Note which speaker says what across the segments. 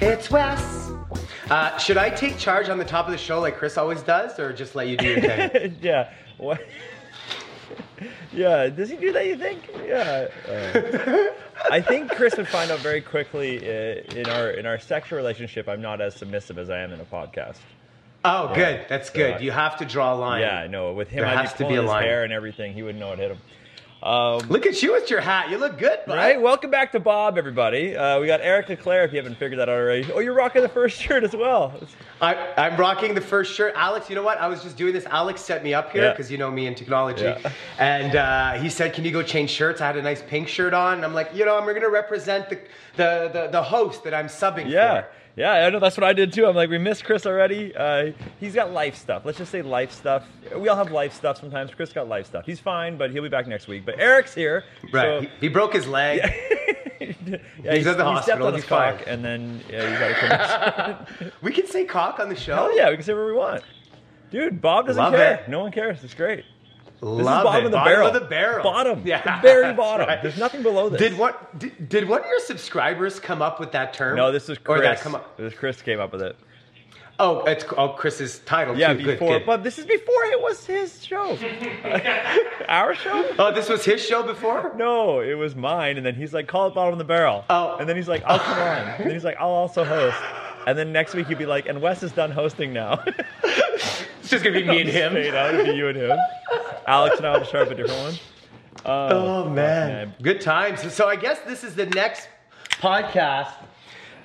Speaker 1: It's Wes. Uh, should I take charge on the top of the show like Chris always does, or just let you do your thing?
Speaker 2: yeah. What? yeah. Does he do that? You think? Yeah. Uh, I think Chris would find out very quickly uh, in our in our sexual relationship. I'm not as submissive as I am in a podcast.
Speaker 1: oh, good. That's good.
Speaker 2: Yeah.
Speaker 1: You have to draw a line.
Speaker 2: Yeah, I know. With him,
Speaker 1: There
Speaker 2: I'd
Speaker 1: has to
Speaker 2: be
Speaker 1: be
Speaker 2: pulling
Speaker 1: a
Speaker 2: his
Speaker 1: line.
Speaker 2: hair and everything. He wouldn't know what hit him. Um,
Speaker 1: Look at you with your hat. You look good, bud.
Speaker 2: right. Welcome back to Bob, everybody. Uh, we got Eric Leclaire. If you haven't figured that out already. Oh, you're rocking the first shirt as well.
Speaker 1: I, I'm rocking the first shirt. Alex, you know what? I was just doing this. Alex set me up here
Speaker 2: Yeah.
Speaker 1: because you know me in technology.
Speaker 2: Yeah.
Speaker 1: And uh, he said, Can you go change shirts? I had a nice pink shirt on. And I'm like, You know, I'm going to represent the, the, the, the host that I'm subbing
Speaker 2: Yeah.
Speaker 1: for.
Speaker 2: Yeah, I know that's what I did too. I'm like, we missed Chris already. Uh, he's got life stuff. Let's just say life stuff. We all have life stuff sometimes. Chris got life stuff. He's fine, but he'll be back next week. But Eric's here.
Speaker 1: Right. he,
Speaker 2: So,
Speaker 1: he broke his leg.
Speaker 2: yeah,
Speaker 1: he's at the
Speaker 2: he stepped
Speaker 1: hospital.
Speaker 2: on his
Speaker 1: He's fine.
Speaker 2: cock, and then yeah, he's got a connection.
Speaker 1: We can say cock on the show.
Speaker 2: Hell Oh, yeah, we can say whatever we want. Dude, Bob doesn't
Speaker 1: Love
Speaker 2: care.
Speaker 1: it.
Speaker 2: No one cares. It's great. This
Speaker 1: Love
Speaker 2: is bottom
Speaker 1: it.
Speaker 2: of the
Speaker 1: bottom
Speaker 2: barrel.
Speaker 1: of the barrel.
Speaker 2: Bottom.
Speaker 1: Yeah.
Speaker 2: The very
Speaker 1: that's
Speaker 2: bottom.
Speaker 1: right.
Speaker 2: There's nothing below this.
Speaker 1: Did what? Did, did one of your subscribers come up with that term?
Speaker 2: no, this is
Speaker 1: Or
Speaker 2: Chris.
Speaker 1: that come up?
Speaker 2: This Chris came up with it.
Speaker 1: Oh, it's oh Chris's title.
Speaker 2: Yeah,
Speaker 1: too. Good,
Speaker 2: before.
Speaker 1: good.
Speaker 2: But this is before it was his show. Our show?
Speaker 1: oh, this was his show before.
Speaker 2: No, it was mine. And then he's like, call it bottom of the barrel.
Speaker 1: Oh.
Speaker 2: And then he's like, I'll come on. And then he's like, I'll also host. And then next week he'd be like, and Wes is done hosting now.
Speaker 1: It's just gonna be me and
Speaker 2: Straight
Speaker 1: him.
Speaker 2: out, it'd be you and him. Alex and I will share up a different one.
Speaker 1: Oh man,
Speaker 2: man.
Speaker 1: good times. So I guess this is the next podcast.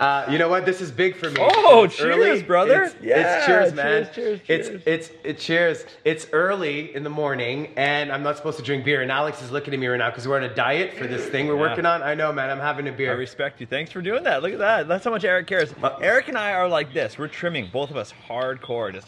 Speaker 1: Uh, you know what? This is big for me.
Speaker 2: Oh,
Speaker 1: It's
Speaker 2: cheers, brother.
Speaker 1: It's, it's
Speaker 2: Yeah,
Speaker 1: cheers,
Speaker 2: cheers,
Speaker 1: man.
Speaker 2: cheers, cheers.
Speaker 1: It's it's it cheers. It's early in the morning, and I'm not supposed to drink beer. And Alex is looking at me right now because we're on a diet for this thing we're
Speaker 2: Yeah.
Speaker 1: working on. I know, man. I'm having a
Speaker 2: I
Speaker 1: beer.
Speaker 2: respect you. Thanks for doing that. Look at that. That's how much Eric cares.
Speaker 1: Uh,
Speaker 2: Eric and I are like this. We're trimming, both of us, hardcore. Just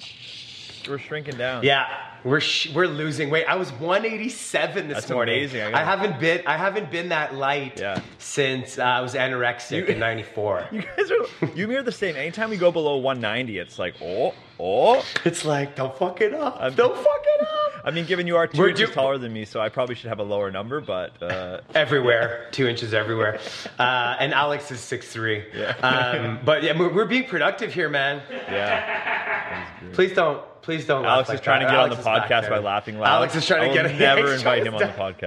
Speaker 2: we're shrinking down.
Speaker 1: Yeah, we're sh- we're losing weight. I was 187 this
Speaker 2: That's
Speaker 1: morning.
Speaker 2: amazing. I
Speaker 1: I,
Speaker 2: gotta-
Speaker 1: haven't been I haven't been that light
Speaker 2: Yeah.
Speaker 1: since uh, I was anorexic
Speaker 2: You-
Speaker 1: in '94.
Speaker 2: You guys are. You and me are the same. Anytime we go below 190, it's like oh oh.
Speaker 1: It's like don't fuck it up.
Speaker 2: I'm-
Speaker 1: don't fuck it up.
Speaker 2: I mean, given you are 2
Speaker 1: We're
Speaker 2: inches
Speaker 1: do-
Speaker 2: taller than me, so I probably should have a lower number. But uh,
Speaker 1: Everywhere, two inches everywhere, uh, and Alex is six three.
Speaker 2: Yeah.
Speaker 1: Um, but yeah, we're, we're being productive here, man.
Speaker 2: yeah,
Speaker 1: Please don't, please don't. laugh
Speaker 2: Mm. Alex
Speaker 1: like
Speaker 2: is trying to
Speaker 1: that.
Speaker 2: get
Speaker 1: Alex
Speaker 2: on
Speaker 1: is
Speaker 2: the
Speaker 1: back
Speaker 2: podcast
Speaker 1: there.
Speaker 2: by laughing loud.
Speaker 1: Alex is trying to
Speaker 2: I
Speaker 1: get.
Speaker 2: will
Speaker 1: yeah,
Speaker 2: never
Speaker 1: he's
Speaker 2: invite
Speaker 1: trying
Speaker 2: him
Speaker 1: to
Speaker 2: on the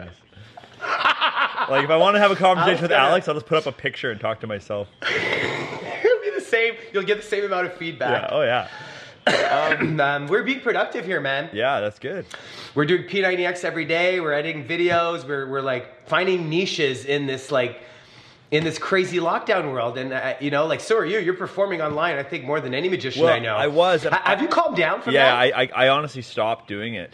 Speaker 2: podcast. like if I want to have a
Speaker 1: Alex
Speaker 2: conversation with
Speaker 1: gotta-
Speaker 2: Alex, I'll just put up a picture and talk to myself.
Speaker 1: stop. It'll be the same. You'll get the same amount of
Speaker 2: Yeah.
Speaker 1: feedback.
Speaker 2: Oh yeah.
Speaker 1: um, we're being productive here, man.
Speaker 2: Yeah, that's good.
Speaker 1: we're doing P90X every day. We're editing videos. We're, we're like finding niches in this like in this crazy lockdown world. And uh, you know, like so are you. You're performing online. I think more than any magician
Speaker 2: Well,
Speaker 1: I know.
Speaker 2: I was, and
Speaker 1: Ha- have you calmed down from
Speaker 2: Yeah,
Speaker 1: that?
Speaker 2: I, I, I honestly stopped doing it.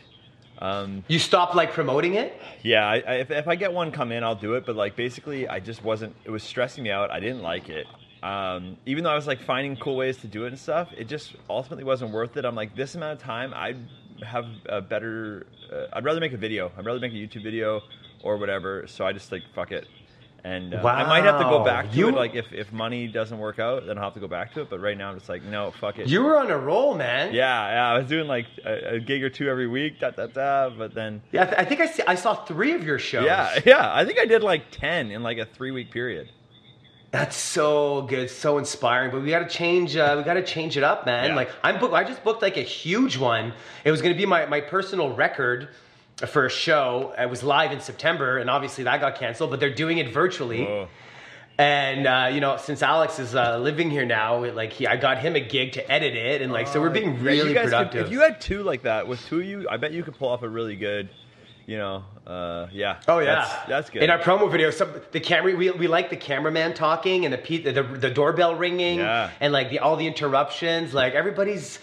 Speaker 2: Um,
Speaker 1: you stopped like promoting it.
Speaker 2: yeah, I, I, if, if I get one come in, I'll do it. But like, basically, I just wasn't. It was stressing me out. I didn't like it. Um, even though I was like finding cool ways to do it and stuff, it just ultimately wasn't worth it. I'm like, this amount of time, I'd have a better. Uh, I'd rather make a video. I'd rather make a YouTube video or whatever. So I just like fuck it. And uh, I might have to
Speaker 1: Wow,
Speaker 2: go back to
Speaker 1: you-
Speaker 2: it. Like if, if money doesn't work out, then I'll have to go back to it. But right now, I'm just like, no, fuck it.
Speaker 1: You were on a roll, man.
Speaker 2: Yeah, yeah, I was doing like a, a gig or two every week, da da da. But then,
Speaker 1: Yeah, I, th- I think I, see, I saw three of your shows.
Speaker 2: yeah, yeah, I think I did like ten in like a three week period.
Speaker 1: that's so good, so inspiring. But we got to change. Uh, we got to change it up, man.
Speaker 2: Yeah.
Speaker 1: Like I'm book. I just booked like a huge one. It was going to be my my personal record for a show. It was live in September, and obviously that got canceled. But they're doing it virtually.
Speaker 2: Whoa.
Speaker 1: And uh, you know, since Alex is uh, living here now, it, like he, I got him a gig to edit it, and like so we're being
Speaker 2: Oh, Yeah, you
Speaker 1: really
Speaker 2: guys could-
Speaker 1: productive.
Speaker 2: if you had two like that with two of you, I bet you could pull off a really good, you know, uh, yeah.
Speaker 1: Oh yeah,
Speaker 2: that's, that's good.
Speaker 1: In our promo video, some the camera we, we like the cameraman talking and the, pe- the the doorbell ringing
Speaker 2: Yeah.
Speaker 1: and like the all the interruptions. Like everybody's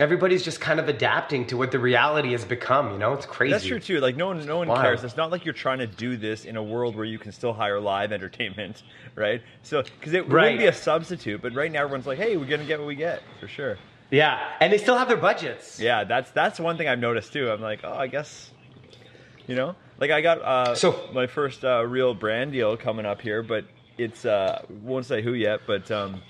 Speaker 1: everybody's just kind of adapting to what the reality has become. You know, it's crazy.
Speaker 2: that's true too. Like no one, no one
Speaker 1: Wild.
Speaker 2: cares. It's not like you're trying to do this in a world where you can still hire live entertainment, right? So because it
Speaker 1: Right.
Speaker 2: wouldn't be a substitute, but right now everyone's like, hey, we're gonna get what we get for sure.
Speaker 1: Yeah, and they still have their budgets.
Speaker 2: Yeah, that's that's one thing I've noticed too. I'm like, oh, I guess, you know, like I got uh,
Speaker 1: So-
Speaker 2: my first uh, real brand deal coming up here, but it's uh, won't say who yet, but um,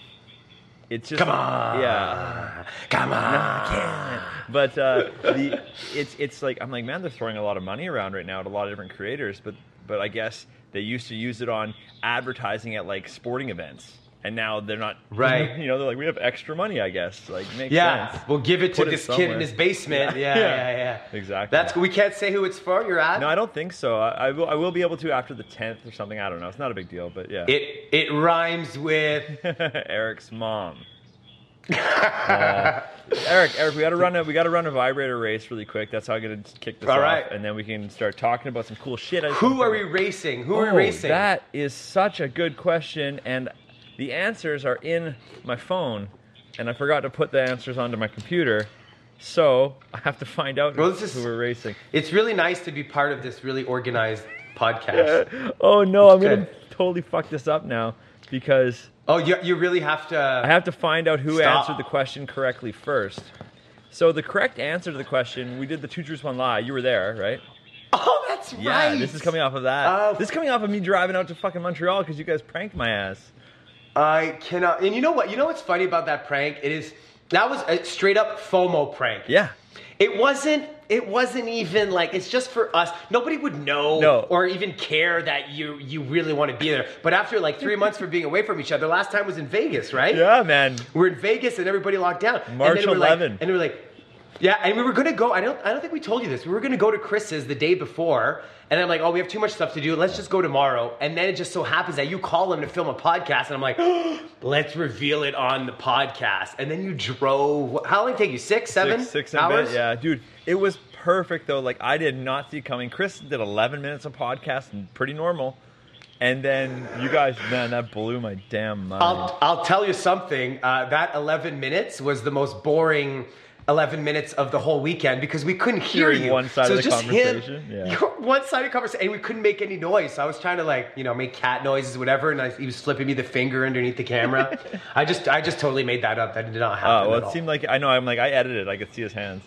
Speaker 2: it's just
Speaker 1: Come on.
Speaker 2: yeah,
Speaker 1: Come on.
Speaker 2: but uh, the it's it's like I'm like, man, they're throwing a lot of money around right now at a lot of different creators, but but I guess They used to use it on advertising at like sporting events, and now they're not.
Speaker 1: Right.
Speaker 2: You know, they're like, we have extra money, I guess. Like, makes
Speaker 1: Yeah,
Speaker 2: sense.
Speaker 1: we'll give it to
Speaker 2: Put it
Speaker 1: this kid
Speaker 2: somewhere.
Speaker 1: in his basement. Yeah,
Speaker 2: Yeah.
Speaker 1: yeah,
Speaker 2: Yeah.
Speaker 1: yeah.
Speaker 2: Exactly.
Speaker 1: That's we can't say who it's for. You're at
Speaker 2: No, I don't think so. I, I will. I will be able to after the tenth or something. I don't know. It's not a big deal, but yeah.
Speaker 1: it. It rhymes with
Speaker 2: Eric's mom. Uh, Eric, Eric, we got to run a we got to run a vibrator race really quick. That's how I'm gonna kick this
Speaker 1: All
Speaker 2: off,
Speaker 1: right.
Speaker 2: and then we can start talking about some cool shit. I just
Speaker 1: who
Speaker 2: wanna
Speaker 1: are
Speaker 2: figure
Speaker 1: we
Speaker 2: out.
Speaker 1: racing? Who are
Speaker 2: Oh,
Speaker 1: we racing?
Speaker 2: That is such a good question, and the answers are in my phone, and I forgot to put the answers onto my computer, so I have to find out
Speaker 1: Well, this is-
Speaker 2: who we're racing.
Speaker 1: It's really nice to be part of this really organized podcast.
Speaker 2: oh no, I'm gonna
Speaker 1: Okay.
Speaker 2: totally fuck this up now because
Speaker 1: Oh, you, you really have
Speaker 2: I
Speaker 1: to.
Speaker 2: have to find out who
Speaker 1: Stop.
Speaker 2: answered the question correctly first. So the correct answer to the question, we did the two truths one lie. You were there, right?
Speaker 1: Oh, that's
Speaker 2: Yeah,
Speaker 1: right.
Speaker 2: this is coming off of that.
Speaker 1: Oh.
Speaker 2: this is coming off of me driving out to fucking Montreal because you guys pranked my ass.
Speaker 1: I cannot. And you know what? You know what's funny about that prank? It is that was a straight up FOMO prank.
Speaker 2: Yeah.
Speaker 1: It wasn't. It wasn't even like it's just for us. Nobody would know
Speaker 2: No.
Speaker 1: or even care that you you really want to be there. But after like three months for being away from each other, last time was in Vegas, right?
Speaker 2: Yeah, man.
Speaker 1: We're in Vegas and everybody locked down.
Speaker 2: March
Speaker 1: and then we're like-
Speaker 2: 11.
Speaker 1: and we were like, yeah, and we were gonna go. I don't. I don't think we told you this. We were gonna go to Chris's the day before, and I'm like, oh, we have too much stuff to do. Let's just go tomorrow. And then it just so happens that you call him to film a podcast, and I'm like, let's reveal it on the podcast. And then you drove. How long did it take you? Six, seven,
Speaker 2: Six, six and a
Speaker 1: hours.
Speaker 2: bit. Yeah, dude. It was perfect though. Like I did not see it coming. Chris did 11 minutes of podcast and pretty normal. And then you guys, man, that blew my damn mind.
Speaker 1: I'll, I'll tell you something. Uh, that 11 minutes was the most boring 11 minutes of the whole weekend because we couldn't hear
Speaker 2: Hearing
Speaker 1: you.
Speaker 2: one side
Speaker 1: so
Speaker 2: of the
Speaker 1: just
Speaker 2: conversation,
Speaker 1: Him,
Speaker 2: yeah.
Speaker 1: One side of conversation, and we couldn't make any noise. So I was trying to like, you know, make cat noises, whatever. And I, he was flipping me the finger underneath the camera. I just, I just totally made that up. That did not happen.
Speaker 2: Oh well,
Speaker 1: at
Speaker 2: it
Speaker 1: all.
Speaker 2: seemed like I know. I'm like I edited. it, I could see his hands.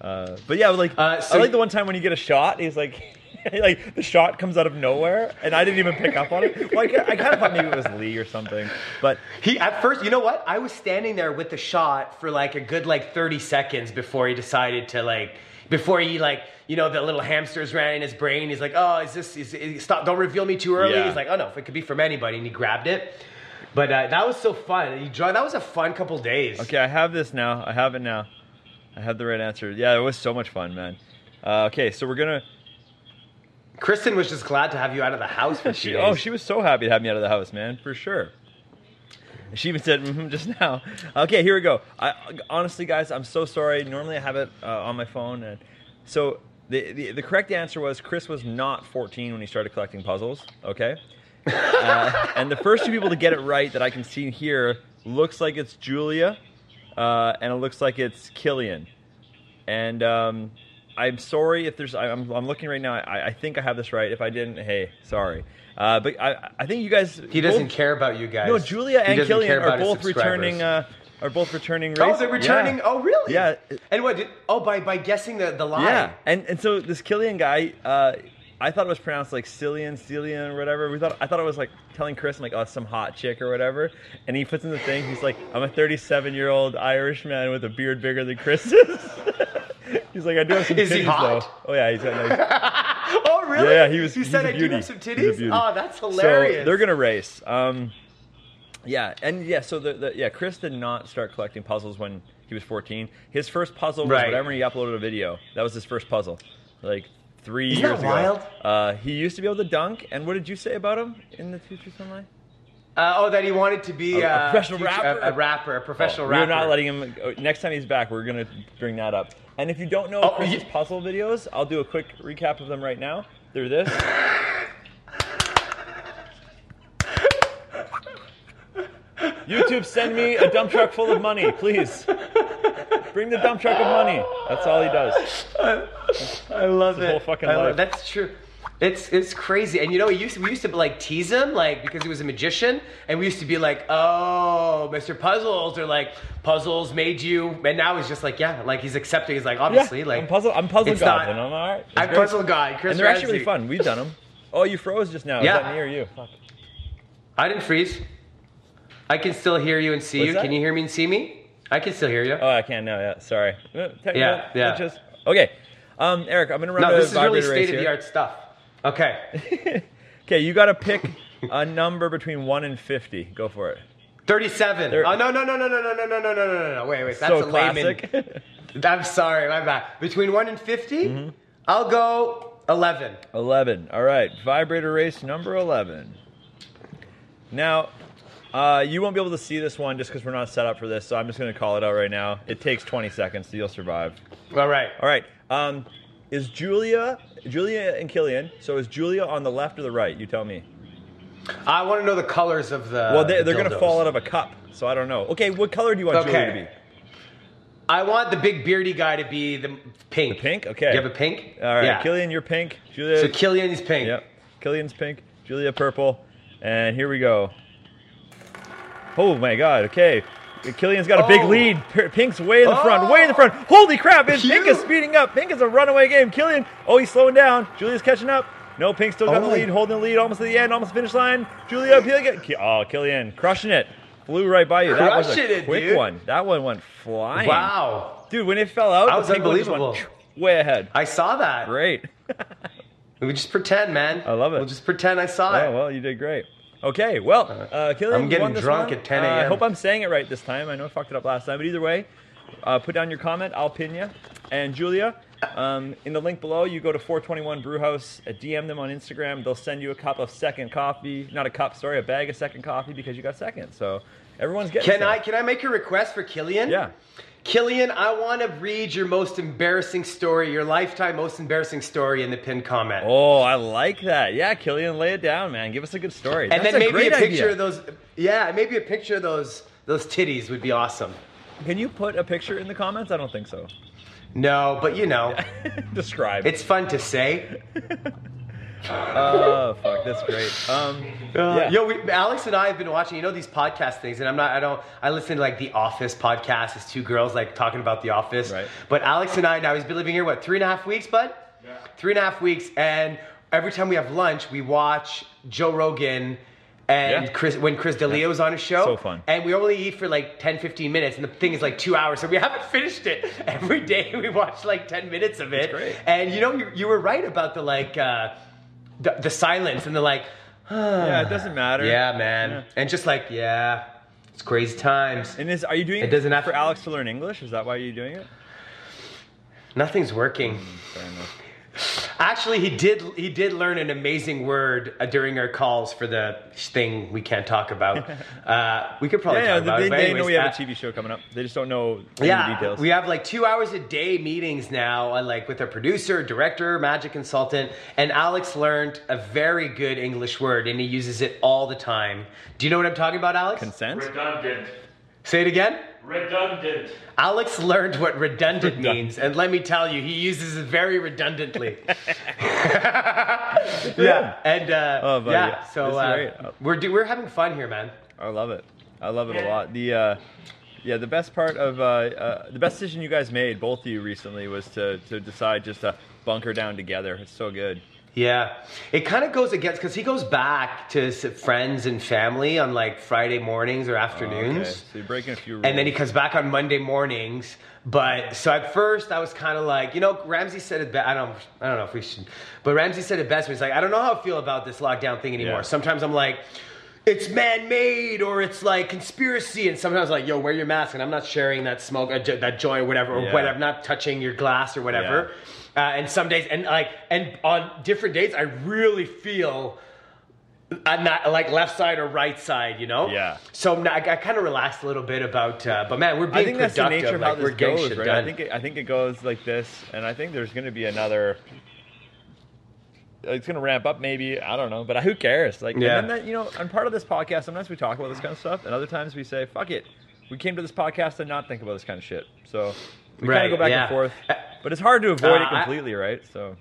Speaker 2: Uh, but yeah, like
Speaker 1: Uh, so-
Speaker 2: I like the one time when you get a shot. He's like, like the shot comes out of nowhere, and I didn't even pick up on it. Well, I, ki- I kind of thought maybe it was Lee or something. But
Speaker 1: He at first, you know what? I was standing there with the shot for like a good like 30 seconds before he decided to like before he like you know the little hamsters ran in his brain. He's like, oh, is this is, is stop? Don't reveal me too early.
Speaker 2: Yeah.
Speaker 1: He's like, oh no, if it could be from anybody, and he grabbed it. But uh, that was so fun. He draw. That was a fun couple days.
Speaker 2: okay, I have this now. I have it now. I have the right answer. Yeah, it was so much fun, man. Uh, okay, so we're gonna.
Speaker 1: Kristen was just glad to have you out of the house for two
Speaker 2: She,
Speaker 1: days.
Speaker 2: oh, she was so happy to have me out of the house, man, for sure. She even said mm just now. Okay, here we go. I, honestly, guys, I'm so sorry. Normally, I have it uh, on my phone, and so the, the the correct answer was Chris was not 14 when he started collecting puzzles. Okay, uh, and the first two people to get it right that I can see here looks like it's Julia, uh, and it looks like it's Killian. And um, I'm sorry if there's. I- I'm, I'm looking right now. I, I think I have this right. If I didn't, hey, sorry. Uh, but I, I think you guys.
Speaker 1: he doesn't
Speaker 2: both-
Speaker 1: care about you guys.
Speaker 2: No, Julia
Speaker 1: He
Speaker 2: and
Speaker 1: doesn't care
Speaker 2: Killian are
Speaker 1: about his
Speaker 2: both
Speaker 1: subscribers.
Speaker 2: returning. Uh, are both returning.
Speaker 1: Oh,
Speaker 2: race-
Speaker 1: they're returning.
Speaker 2: Yeah.
Speaker 1: Oh, really?
Speaker 2: Yeah.
Speaker 1: And what? Did, oh, by by guessing the the line.
Speaker 2: Yeah, and and so this Killian guy, uh, I thought it was pronounced like Cillian, Cillian, or whatever. We thought I thought it was like telling Chris, I'm like, oh, it's some hot chick or whatever. And he puts in the thing, he's like, I'm a 37 year old Irish man with a beard bigger than Chris's. he's like, I do have some
Speaker 1: Is he
Speaker 2: titties,
Speaker 1: hot?
Speaker 2: though. Oh yeah, he's got nice.
Speaker 1: oh, really?
Speaker 2: Yeah, yeah, he was.
Speaker 1: He
Speaker 2: he's
Speaker 1: said,
Speaker 2: a
Speaker 1: "I do
Speaker 2: beauty.
Speaker 1: have some
Speaker 2: He's a
Speaker 1: titties."
Speaker 2: beauty.
Speaker 1: Oh, that's hilarious.
Speaker 2: So they're gonna race. Um, yeah, and yeah. So the, the yeah, Chris did not start collecting puzzles when he was 14. His first puzzle was
Speaker 1: Right.
Speaker 2: whatever he uploaded a video. That was his first puzzle, like 3
Speaker 1: Isn't that
Speaker 2: years ago.
Speaker 1: wild?
Speaker 2: Uh, he used to be able to dunk. And what did you say about him in the future online?
Speaker 1: uh, oh, that he wanted to be
Speaker 2: A-
Speaker 1: a,
Speaker 2: a professional rapper?
Speaker 1: A, a rapper, a professional
Speaker 2: We're
Speaker 1: rapper.
Speaker 2: not letting him. oh, Next time he's back, we're gonna bring that up. And if you don't know
Speaker 1: Oh,
Speaker 2: Chris's
Speaker 1: you-
Speaker 2: puzzle videos, I'll do a quick recap of them right now. They're this. YouTube, send me a dump truck full of money, please. Bring the dump truck of money. That's all he does.
Speaker 1: I love
Speaker 2: his
Speaker 1: it.
Speaker 2: whole fucking
Speaker 1: I love-
Speaker 2: life.
Speaker 1: That's true. It's it's crazy, and you know we used to, we used to like tease him like because he was a magician, and we used to be like, oh, Mr. Puzzles, or like puzzles made you, and now he's just like, yeah, like he's accepting. He's like,
Speaker 2: Yeah,
Speaker 1: obviously, like
Speaker 2: I'm puzzle. I'm puzzle
Speaker 1: it's
Speaker 2: god,
Speaker 1: not-
Speaker 2: and I'm all right. It's
Speaker 1: I'm
Speaker 2: very-
Speaker 1: puzzle god. Chris
Speaker 2: And they're actually
Speaker 1: Ramsey.
Speaker 2: really fun. We've done them. Oh, you froze just now.
Speaker 1: Yeah.
Speaker 2: Is that me or you? Fuck.
Speaker 1: I didn't freeze. I can still hear you and see
Speaker 2: What's
Speaker 1: you.
Speaker 2: that?
Speaker 1: Can you hear me and see me? I can still hear you.
Speaker 2: Oh, I can't now. Yeah, sorry. Uh, technical
Speaker 1: Yeah, yeah.
Speaker 2: glitches. Okay, um, Eric, I'm gonna run
Speaker 1: No,
Speaker 2: a
Speaker 1: this is really
Speaker 2: vibrator race
Speaker 1: state of the
Speaker 2: here.
Speaker 1: art stuff. Okay.
Speaker 2: Okay, you got to pick a number between one and fifty. Go for it.
Speaker 1: 37.
Speaker 2: There-
Speaker 1: Oh, no, no, no, no, no, no, no, no, no, no, no, no. Wait, wait. That's
Speaker 2: so
Speaker 1: a layman.
Speaker 2: classic.
Speaker 1: I'm sorry, my bad. Between 1 and 50,
Speaker 2: Mm-hmm.
Speaker 1: I'll go 11.
Speaker 2: eleven. All right, vibrator race number eleven. Now, uh, you won't be able to see this one just because we're not set up for this. So I'm just going to call it out right now. It takes twenty seconds, so you'll survive.
Speaker 1: All right.
Speaker 2: All right. Um, is Julia, Julia and Killian? So is Julia on the left or the right? You tell me.
Speaker 1: I want to know the colors of the.
Speaker 2: Well, they,
Speaker 1: the
Speaker 2: they're going to
Speaker 1: Uh, dildos.
Speaker 2: fall out of a cup, so I don't know. Okay, what color do you want Julia to
Speaker 1: Okay. I want the big beardy guy to be the pink.
Speaker 2: be? Pink. Okay.
Speaker 1: You have a pink?
Speaker 2: All right,
Speaker 1: Yeah.
Speaker 2: Killian, you're pink. Julia.
Speaker 1: So Killian's pink.
Speaker 2: yep. Killian's pink. Julia purple. And here we go. Oh my God. Okay. Killian's got a big
Speaker 1: Oh.
Speaker 2: lead. P- Pink's way in the front,
Speaker 1: Oh.
Speaker 2: way in the front. Holy crap! And Pink
Speaker 1: Cute.
Speaker 2: is speeding up. Pink is a runaway game. Killian, oh, he's slowing down. Julia's catching up. No, Pink still got
Speaker 1: Oh
Speaker 2: the
Speaker 1: my-
Speaker 2: lead, holding the lead, almost to the end, almost finish line. Julia, Killian, Ki- oh, Killian, crushing it. Flew right by you. That was
Speaker 1: Crushing
Speaker 2: a
Speaker 1: it,
Speaker 2: quick
Speaker 1: dude.
Speaker 2: one. That one went flying.
Speaker 1: Wow.
Speaker 2: dude, when it fell out,
Speaker 1: That
Speaker 2: the
Speaker 1: was
Speaker 2: pink one just
Speaker 1: unbelievable.
Speaker 2: went way ahead.
Speaker 1: I saw that.
Speaker 2: Great.
Speaker 1: We just pretend, man.
Speaker 2: I love it.
Speaker 1: We'll just pretend I saw
Speaker 2: Oh
Speaker 1: it.
Speaker 2: well, you did great. Okay, well, uh, Killian,
Speaker 1: I'm
Speaker 2: you
Speaker 1: getting
Speaker 2: won this
Speaker 1: drunk
Speaker 2: one.
Speaker 1: at 10
Speaker 2: Uh, I
Speaker 1: a.m..
Speaker 2: hope I'm saying it right this time. I know I fucked it up last time, but either way, uh, put down your comment. I'll pin you. And Julia, um, in the link below, you go to 421 Brewhouse, uh, DM them on Instagram. They'll send you a cup of second coffee. Not a cup, sorry, a bag of second coffee because you got second. So everyone's getting.
Speaker 1: Can
Speaker 2: some.
Speaker 1: I can I make a request for Killian?
Speaker 2: Yeah.
Speaker 1: Killian, I want to read your most embarrassing story, your lifetime most embarrassing story in the pinned comment.
Speaker 2: Oh, I like that. Yeah, Killian, lay it down, man. Give us a good story.
Speaker 1: and
Speaker 2: That's
Speaker 1: then maybe
Speaker 2: great
Speaker 1: a picture
Speaker 2: idea.
Speaker 1: of those Yeah, maybe a picture of those those titties would be awesome.
Speaker 2: Can you put a picture in the comments? I don't think so.
Speaker 1: No, but you know,
Speaker 2: Describe.
Speaker 1: it's fun to say.
Speaker 2: Oh fuck, that's great. Um,
Speaker 1: Uh,
Speaker 2: yeah.
Speaker 1: Yo, we, Alex and I have been watching, you know, these podcast things, and I'm not, I don't, I listen to like The Office podcast. It's two girls like talking about The Office.
Speaker 2: Right.
Speaker 1: But Alex and I now, he's been living here, what, three and a half weeks, bud? Yeah. Three and a half weeks. And every time we have lunch, we watch Joe Rogan and
Speaker 2: Yeah.
Speaker 1: Chris, when Chris DeLeo was on his show.
Speaker 2: So fun.
Speaker 1: And we only eat for like 10, 15 minutes, and the thing is like two hours, so we haven't finished it. Every day we watch like 10 minutes of it.
Speaker 2: great.
Speaker 1: And you know, you, you were right about the like, uh, the, the silence and the like,
Speaker 2: yeah, it doesn't matter.
Speaker 1: yeah, man. And just like, yeah, it's crazy times.
Speaker 2: And is are you doing it?
Speaker 1: doesn't have
Speaker 2: for
Speaker 1: to-
Speaker 2: Alex to learn English? Is that why you're doing it?
Speaker 1: Nothing's working.
Speaker 2: Fair enough.
Speaker 1: Actually, he did. He did learn an amazing word uh, during our calls for the thing we can't talk about. uh, we could probably talk
Speaker 2: Yeah, yeah
Speaker 1: about
Speaker 2: they,
Speaker 1: it. but
Speaker 2: they
Speaker 1: anyways,
Speaker 2: know we have
Speaker 1: uh,
Speaker 2: a TV show coming up. They just don't know any
Speaker 1: Yeah,
Speaker 2: details.
Speaker 1: we have like two hours a day meetings now, uh, like with our producer, director, magic consultant, and Alex learned a very good English word, and he uses it all the time. Do you know what I'm talking about, Alex?
Speaker 2: Consent.
Speaker 3: Redundant.
Speaker 1: Say it again.
Speaker 3: Redundant.
Speaker 1: Alex learned what redundant
Speaker 2: Redundant.
Speaker 1: means, and let me tell you, he uses it very redundantly. yeah, and uh,
Speaker 2: Oh, buddy,
Speaker 1: yeah,
Speaker 2: this
Speaker 1: so
Speaker 2: is
Speaker 1: uh,
Speaker 2: great.
Speaker 1: we're do- we're having fun here, man.
Speaker 2: I love it. I love it a lot. The uh, yeah, the best part of uh, uh, the best decision you guys made, both of you recently, was to to decide just to bunker down together. It's so good.
Speaker 1: Yeah, it kind of goes against because he goes back to s- friends and family on like Friday mornings or
Speaker 2: Oh, Okay,
Speaker 1: afternoons.
Speaker 2: so you're breaking a few rules.
Speaker 1: And then he comes back on Monday mornings. But so at first I was kind of like, you know, Ramsey said it best. I don't, I don't know if we should, but Ramsey said it best. When he's like, I don't know how I feel about this lockdown thing anymore.
Speaker 2: Yeah.
Speaker 1: Sometimes I'm like, it's man-made or it's like conspiracy, and sometimes like, yo, wear your mask, and I'm not sharing that smoke, uh, jo- that joint, or whatever, or
Speaker 2: Yeah.
Speaker 1: whatever. I'm not touching your glass or whatever. Uh, and some days, and like, and on different days, I really feel. I'm Uh, not like left side or right side, you know.
Speaker 2: Yeah.
Speaker 1: So I'm not, I, I kind of relaxed a little bit about, uh, but man, we're being
Speaker 2: I think that's the
Speaker 1: productive.
Speaker 2: nature of how
Speaker 1: like,
Speaker 2: this
Speaker 1: we're getting
Speaker 2: goes,
Speaker 1: shit
Speaker 2: right?
Speaker 1: done.
Speaker 2: I think it, I think it goes like this, and I think there's going to be another. uh, It's going to ramp up, maybe I don't know, but who cares? Like,
Speaker 1: Yeah.
Speaker 2: and then that, you know, on part of this podcast, sometimes we talk about this kind of stuff, and other times we say, "Fuck it." We came to this podcast to not think about this kind of shit, so we kind
Speaker 1: Right,
Speaker 2: of go back
Speaker 1: yeah.
Speaker 2: and forth.
Speaker 1: Uh,
Speaker 2: But it's hard to avoid
Speaker 1: uh,
Speaker 2: it
Speaker 1: I-
Speaker 2: completely, right? So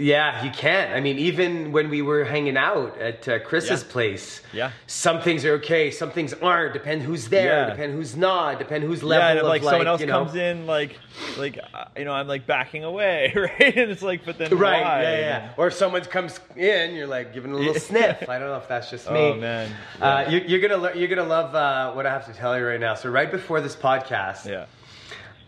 Speaker 1: yeah, you can't. I mean, even when we were hanging out at uh, Chris's
Speaker 2: Yeah.
Speaker 1: place,
Speaker 2: Yeah.
Speaker 1: some things are okay, some things aren't. Depend who's there,
Speaker 2: Yeah.
Speaker 1: depend who's not, depend who's level
Speaker 2: yeah, and if,
Speaker 1: of
Speaker 2: like,
Speaker 1: like,
Speaker 2: someone else
Speaker 1: you know.
Speaker 2: comes in, like, like uh, you know, I'm like backing away, right? And it's like, but then
Speaker 1: Right,
Speaker 2: why?
Speaker 1: yeah, yeah. Or if someone comes in, you're like giving it a little sniff. I don't know if that's just me.
Speaker 2: Oh, man.
Speaker 1: uh, you're, you're gonna lo- you're gonna love uh, what I have to tell you right now. So right before this podcast,
Speaker 2: yeah.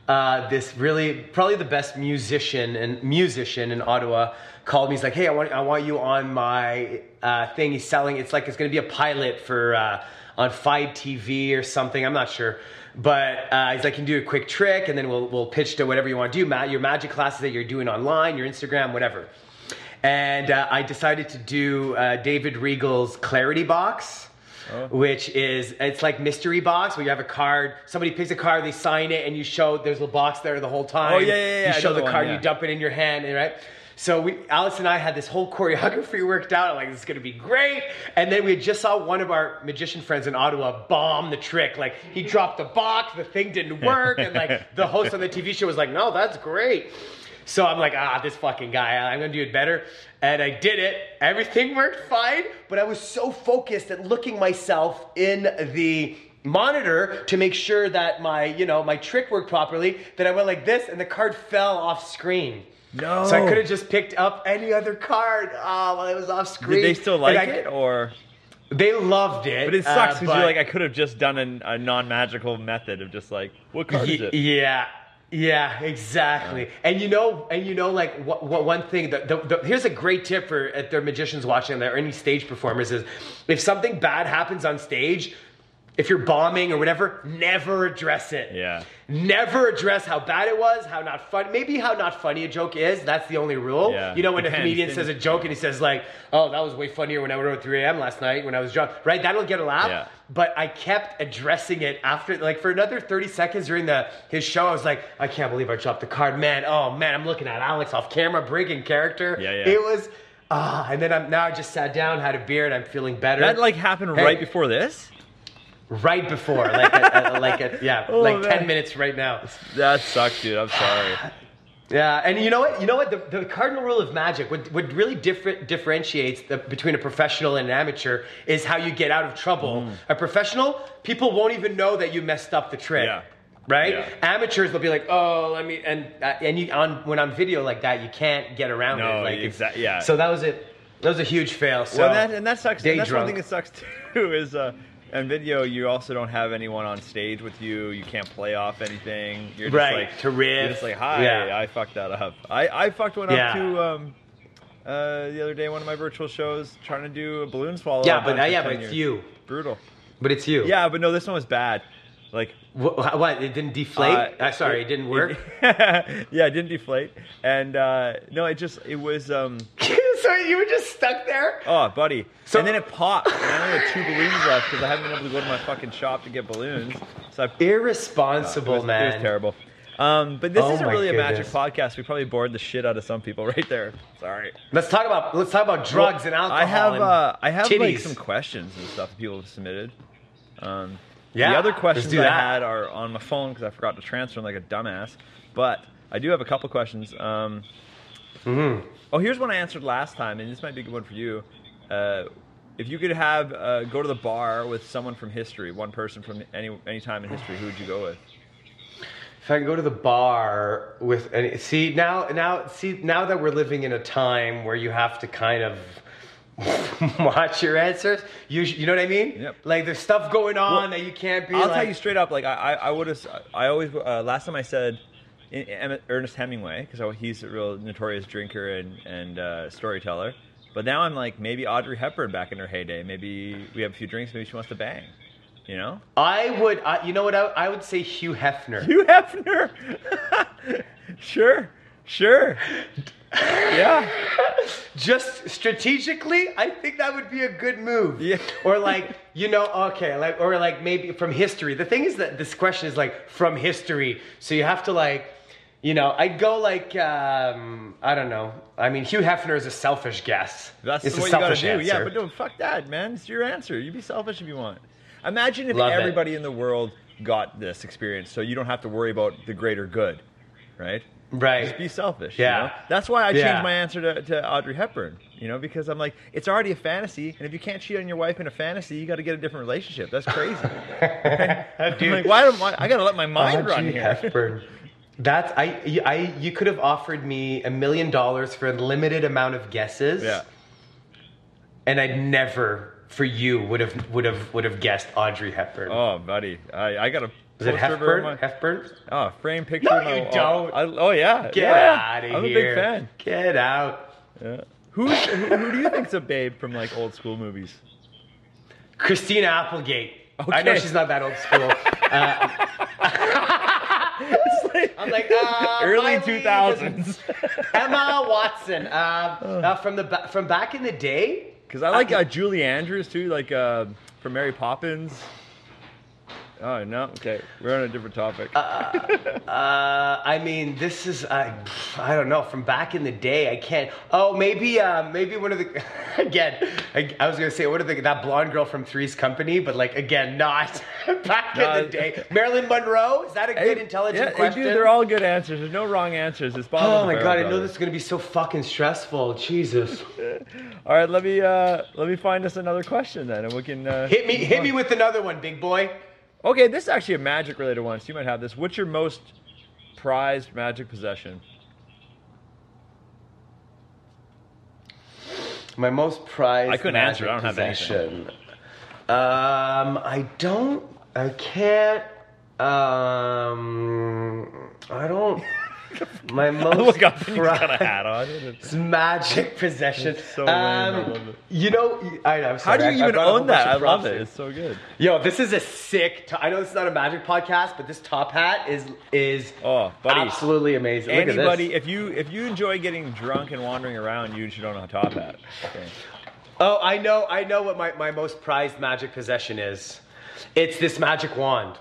Speaker 1: uh, this really probably the best musician and musician in Ottawa called me. He's like, "Hey, I want I want you on my uh, thing. He's selling. It's like it's going to be a pilot for uh, on Five TV or something. I'm not sure." But uh, he's like, "Can you do a quick trick, and then we'll we'll pitch to whatever you want to do. Ma- your magic classes that you're doing online, your Instagram, whatever." And uh, I decided to do uh, David Regal's Clarity Box
Speaker 2: Oh.
Speaker 1: which is it's like mystery box where you have a card. Somebody picks a card, they sign it, and you show there's a box there the whole time.
Speaker 2: Oh, yeah, yeah, yeah, I
Speaker 1: You show
Speaker 2: know
Speaker 1: the
Speaker 2: the one,
Speaker 1: card,
Speaker 2: yeah.
Speaker 1: you dump it in your hand, and right. So we, Alice and I had this whole choreography worked out. I'm like, this is gonna be great. And then we had just saw one of our magician friends in Ottawa bomb the trick. Like he dropped the box, the thing didn't work, and like the host on the TV show was like, no, that's great. So I'm like, ah, this fucking guy, I'm gonna do it better. And I did it. Everything worked fine, but I was so focused at looking myself in the monitor to make sure that my, you know, my trick worked properly that I went like this and the card fell off screen.
Speaker 2: No.
Speaker 1: So I could have just picked up any other card ah, while it was off screen.
Speaker 2: Did they still
Speaker 1: And
Speaker 2: like
Speaker 1: I-
Speaker 2: it or?
Speaker 1: They loved it.
Speaker 2: But it sucks because
Speaker 1: Uh, but-
Speaker 2: you're like, I could have just done an, a non-magical method of just like, what card is
Speaker 1: Ye-
Speaker 2: it?
Speaker 1: Yeah. Yeah, exactly. And you know, and you know, like what, what one thing that the, the, here's a great tip for if there are magicians watching there or any stage performers is if something bad happens on stage, if you're bombing or whatever, never address it.
Speaker 2: Yeah.
Speaker 1: Never address how bad it was, how not fun, maybe how not funny a joke is. That's the only rule.
Speaker 2: Yeah.
Speaker 1: You know, when a
Speaker 2: Depends,
Speaker 1: comedian
Speaker 2: then-
Speaker 1: says a joke and he says like, "Oh, that was way funnier when I wrote 3 a.m. last night when I was drunk," right? That'll get a laugh
Speaker 2: Yeah.
Speaker 1: but I kept addressing it after, like for another 30 seconds during the his show. I was like, I can't believe I dropped the card, man. Oh man, I'm looking at Alex off camera, breaking character.
Speaker 2: Yeah, yeah.
Speaker 1: It was ah, and then I'm now I just sat down, had a beer, and I'm feeling better.
Speaker 2: That like happened
Speaker 1: Hey.
Speaker 2: right before this.
Speaker 1: right before, like a, a- like a, yeah,
Speaker 2: Oh,
Speaker 1: like 10
Speaker 2: man.
Speaker 1: minutes right now.
Speaker 2: That sucks, dude. I'm sorry.
Speaker 1: Yeah, and you know what? You know what? The, the cardinal rule of magic, what, what really different differentiates the, between a professional and an amateur, is how you get out of trouble.
Speaker 2: Mm-hmm.
Speaker 1: A professional, people won't even know that you messed up the trick.
Speaker 2: Yeah.
Speaker 1: Right?
Speaker 2: Yeah.
Speaker 1: Amateurs, they'll be like, "Oh, let me," and uh, and you on when on video like that, you can't get around
Speaker 2: No,
Speaker 1: it. Like, it's-
Speaker 2: exact- yeah.
Speaker 1: So that was it. That was a huge fail. So
Speaker 2: well, that and that sucks.
Speaker 1: Day
Speaker 2: And that's
Speaker 1: drunk.
Speaker 2: one thing that sucks too is uh, on video you also don't have anyone on stage with you. You can't play off anything. You're just
Speaker 1: Right,
Speaker 2: like
Speaker 1: to riff.
Speaker 2: You're just like, hi,
Speaker 1: Yeah.
Speaker 2: I fucked that up. I I fucked one
Speaker 1: Yeah.
Speaker 2: up too. Um, uh, the other day, one of my virtual shows, trying to do a balloon swallow.
Speaker 1: Yeah,
Speaker 2: I've
Speaker 1: but-
Speaker 2: done for
Speaker 1: yeah,
Speaker 2: 10
Speaker 1: but it's
Speaker 2: years.
Speaker 1: you.
Speaker 2: Brutal.
Speaker 1: but it's you.
Speaker 2: Yeah, but no, this one was bad. Like
Speaker 1: What? what it didn't deflate.
Speaker 2: uh,
Speaker 1: Uh, sorry, it, didn't work.
Speaker 2: yeah, it didn't deflate, and uh, no, it just it was. Um,
Speaker 1: so you were just stuck there.
Speaker 2: oh, buddy,
Speaker 1: So-
Speaker 2: and then it popped. And I only had two balloons left because I haven't been able to go to my fucking shop to get balloons. So I, it
Speaker 1: Irresponsible,
Speaker 2: was,
Speaker 1: man.
Speaker 2: It was terrible. Um, but this
Speaker 1: Oh
Speaker 2: isn't
Speaker 1: my
Speaker 2: really a magic
Speaker 1: goodness.
Speaker 2: podcast. We probably bored the shit out of some people right there. Sorry.
Speaker 1: Let's talk about let's talk about drugs and alcohol.
Speaker 2: I have
Speaker 1: and
Speaker 2: uh, I have like
Speaker 1: titties.
Speaker 2: some questions and stuff that people have submitted. Um,
Speaker 1: Yeah,
Speaker 2: the other
Speaker 1: let's
Speaker 2: questions
Speaker 1: do
Speaker 2: I
Speaker 1: that.
Speaker 2: had are on my phone because I forgot to transfer them like a dumbass. But I do have a couple questions. Um,
Speaker 1: Mm-hmm.
Speaker 2: Oh, here's one I answered last time, and this might be a good one for you. Uh, if you could have uh, go to the bar with someone from history, one person from any any time in history, who would you go with?
Speaker 1: If I can go to the bar with any, see now now see now that we're living in a time where you have to kind of watch your answers. You sh- you know what I mean?
Speaker 2: Yep.
Speaker 1: Like there's stuff going on
Speaker 2: Well,
Speaker 1: that you can't be.
Speaker 2: I'll
Speaker 1: like,
Speaker 2: tell you straight up. Like I, I, I would have. I always uh, last time I said in, Em- Ernest Hemingway because he's a real notorious drinker and and uh, storyteller. But now I'm like maybe Audrey Hepburn back in her heyday. Maybe we have a few drinks. Maybe she wants to bang. You know,
Speaker 1: I would. I, you know what? I, I would say Hugh Hefner.
Speaker 2: Hugh Hefner. sure, sure. Yeah,
Speaker 1: just strategically, I think that would be a good move.
Speaker 2: Yeah.
Speaker 1: Or like, you know, okay, like or like maybe from history. The thing is that this question is like from history. So you have to like, you know, I'd go like um, I don't know. I mean Hugh Hefner is a selfish guess.
Speaker 2: that's
Speaker 1: it's
Speaker 2: what
Speaker 1: a
Speaker 2: you gotta
Speaker 1: selfish
Speaker 2: do. Yeah,
Speaker 1: answer.
Speaker 2: but no, fuck that, man. It's your answer. You be selfish if you want. Imagine if
Speaker 1: Love it.
Speaker 2: everybody in the world got this experience, so you don't have to worry about the greater good, right? Just be
Speaker 1: right.
Speaker 2: selfish.
Speaker 1: Yeah.
Speaker 2: You know? That's why I
Speaker 1: Yeah.
Speaker 2: changed my answer to, to Audrey Hepburn, you know, because I'm like, it's already a fantasy. And if you can't cheat on your wife in a fantasy, you got to get a different relationship. That's crazy. I'm like, why, am I, I got to let my mind run
Speaker 1: Audrey
Speaker 2: here.
Speaker 1: Hepburn. That's I I you could have offered me a million dollars for a limited amount of guesses.
Speaker 2: Yeah.
Speaker 1: And I'd never for you would have would have would have guessed Audrey Hepburn.
Speaker 2: Oh, buddy. I, I got to
Speaker 1: Is it
Speaker 2: poster of
Speaker 1: Hefburn?
Speaker 2: Oh, my-
Speaker 1: Hefburn?
Speaker 2: Oh, frame picture.
Speaker 1: No,
Speaker 2: of my
Speaker 1: you
Speaker 2: wall.
Speaker 1: don't.
Speaker 2: I, oh yeah.
Speaker 1: Get
Speaker 2: yeah.
Speaker 1: out of
Speaker 2: I'm
Speaker 1: here.
Speaker 2: a big fan.
Speaker 1: Get out.
Speaker 2: Yeah. Who's, who, who do you think's a babe from like old school movies?
Speaker 1: Christina Applegate. I know
Speaker 2: Okay.
Speaker 1: she's not that old school. Uh, I'm like, uh,
Speaker 2: early
Speaker 1: Miley
Speaker 2: two thousands.
Speaker 1: Emma Watson. Uh,
Speaker 2: Oh.
Speaker 1: uh, from the ba- from back in the day.
Speaker 2: Because I like uh, Julie Andrews too, like uh, from Mary Poppins. Oh no, okay, we're on a different topic.
Speaker 1: Uh, I mean, this is uh, pff, I don't know from back in the day. I can't. Oh, maybe uh, maybe one of the again. I, I was gonna say one of the that blonde girl from Three's Company, but like again, not back in
Speaker 2: No.
Speaker 1: the day. Marilyn Monroe is that a good
Speaker 2: Hey,
Speaker 1: intelligent
Speaker 2: hey,
Speaker 1: question?
Speaker 2: Dude, they're all good answers. There's no wrong answers. It's Bob.
Speaker 1: Oh
Speaker 2: and
Speaker 1: my
Speaker 2: the
Speaker 1: god,
Speaker 2: Farrell
Speaker 1: I know
Speaker 2: Brothers.
Speaker 1: this is gonna be so fucking stressful. Jesus.
Speaker 2: All right, let me uh, let me find us another question then, and we can uh,
Speaker 1: Hit me hit me with another one, big boy.
Speaker 2: Okay, this is actually a magic related one, so you might have this. What's your most prized magic possession?
Speaker 1: My most prized
Speaker 2: I couldn't
Speaker 1: magic
Speaker 2: answer, I don't have
Speaker 1: possession. Um I don't I can't um I don't my most
Speaker 2: Look up, and he's got a
Speaker 1: prized
Speaker 2: hat on.
Speaker 1: magic possession. Um,
Speaker 2: It's so lame, I love it.
Speaker 1: You know, I, I'm
Speaker 2: How
Speaker 1: sorry,
Speaker 2: do
Speaker 1: I-
Speaker 2: you
Speaker 1: I
Speaker 2: even
Speaker 1: brought up a
Speaker 2: own that? I
Speaker 1: bunch of
Speaker 2: love
Speaker 1: props.
Speaker 2: it. It's so good.
Speaker 1: Yo, this is a sick. to- I know this is not a magic podcast, but this top hat is is
Speaker 2: Oh, buddy.
Speaker 1: absolutely amazing. Look at this.
Speaker 2: Anybody, if you if you enjoy getting drunk and wandering around, you should own a top hat. Okay.
Speaker 1: Oh, I know, I know what my, my most prized magic possession is. It's this magic wand.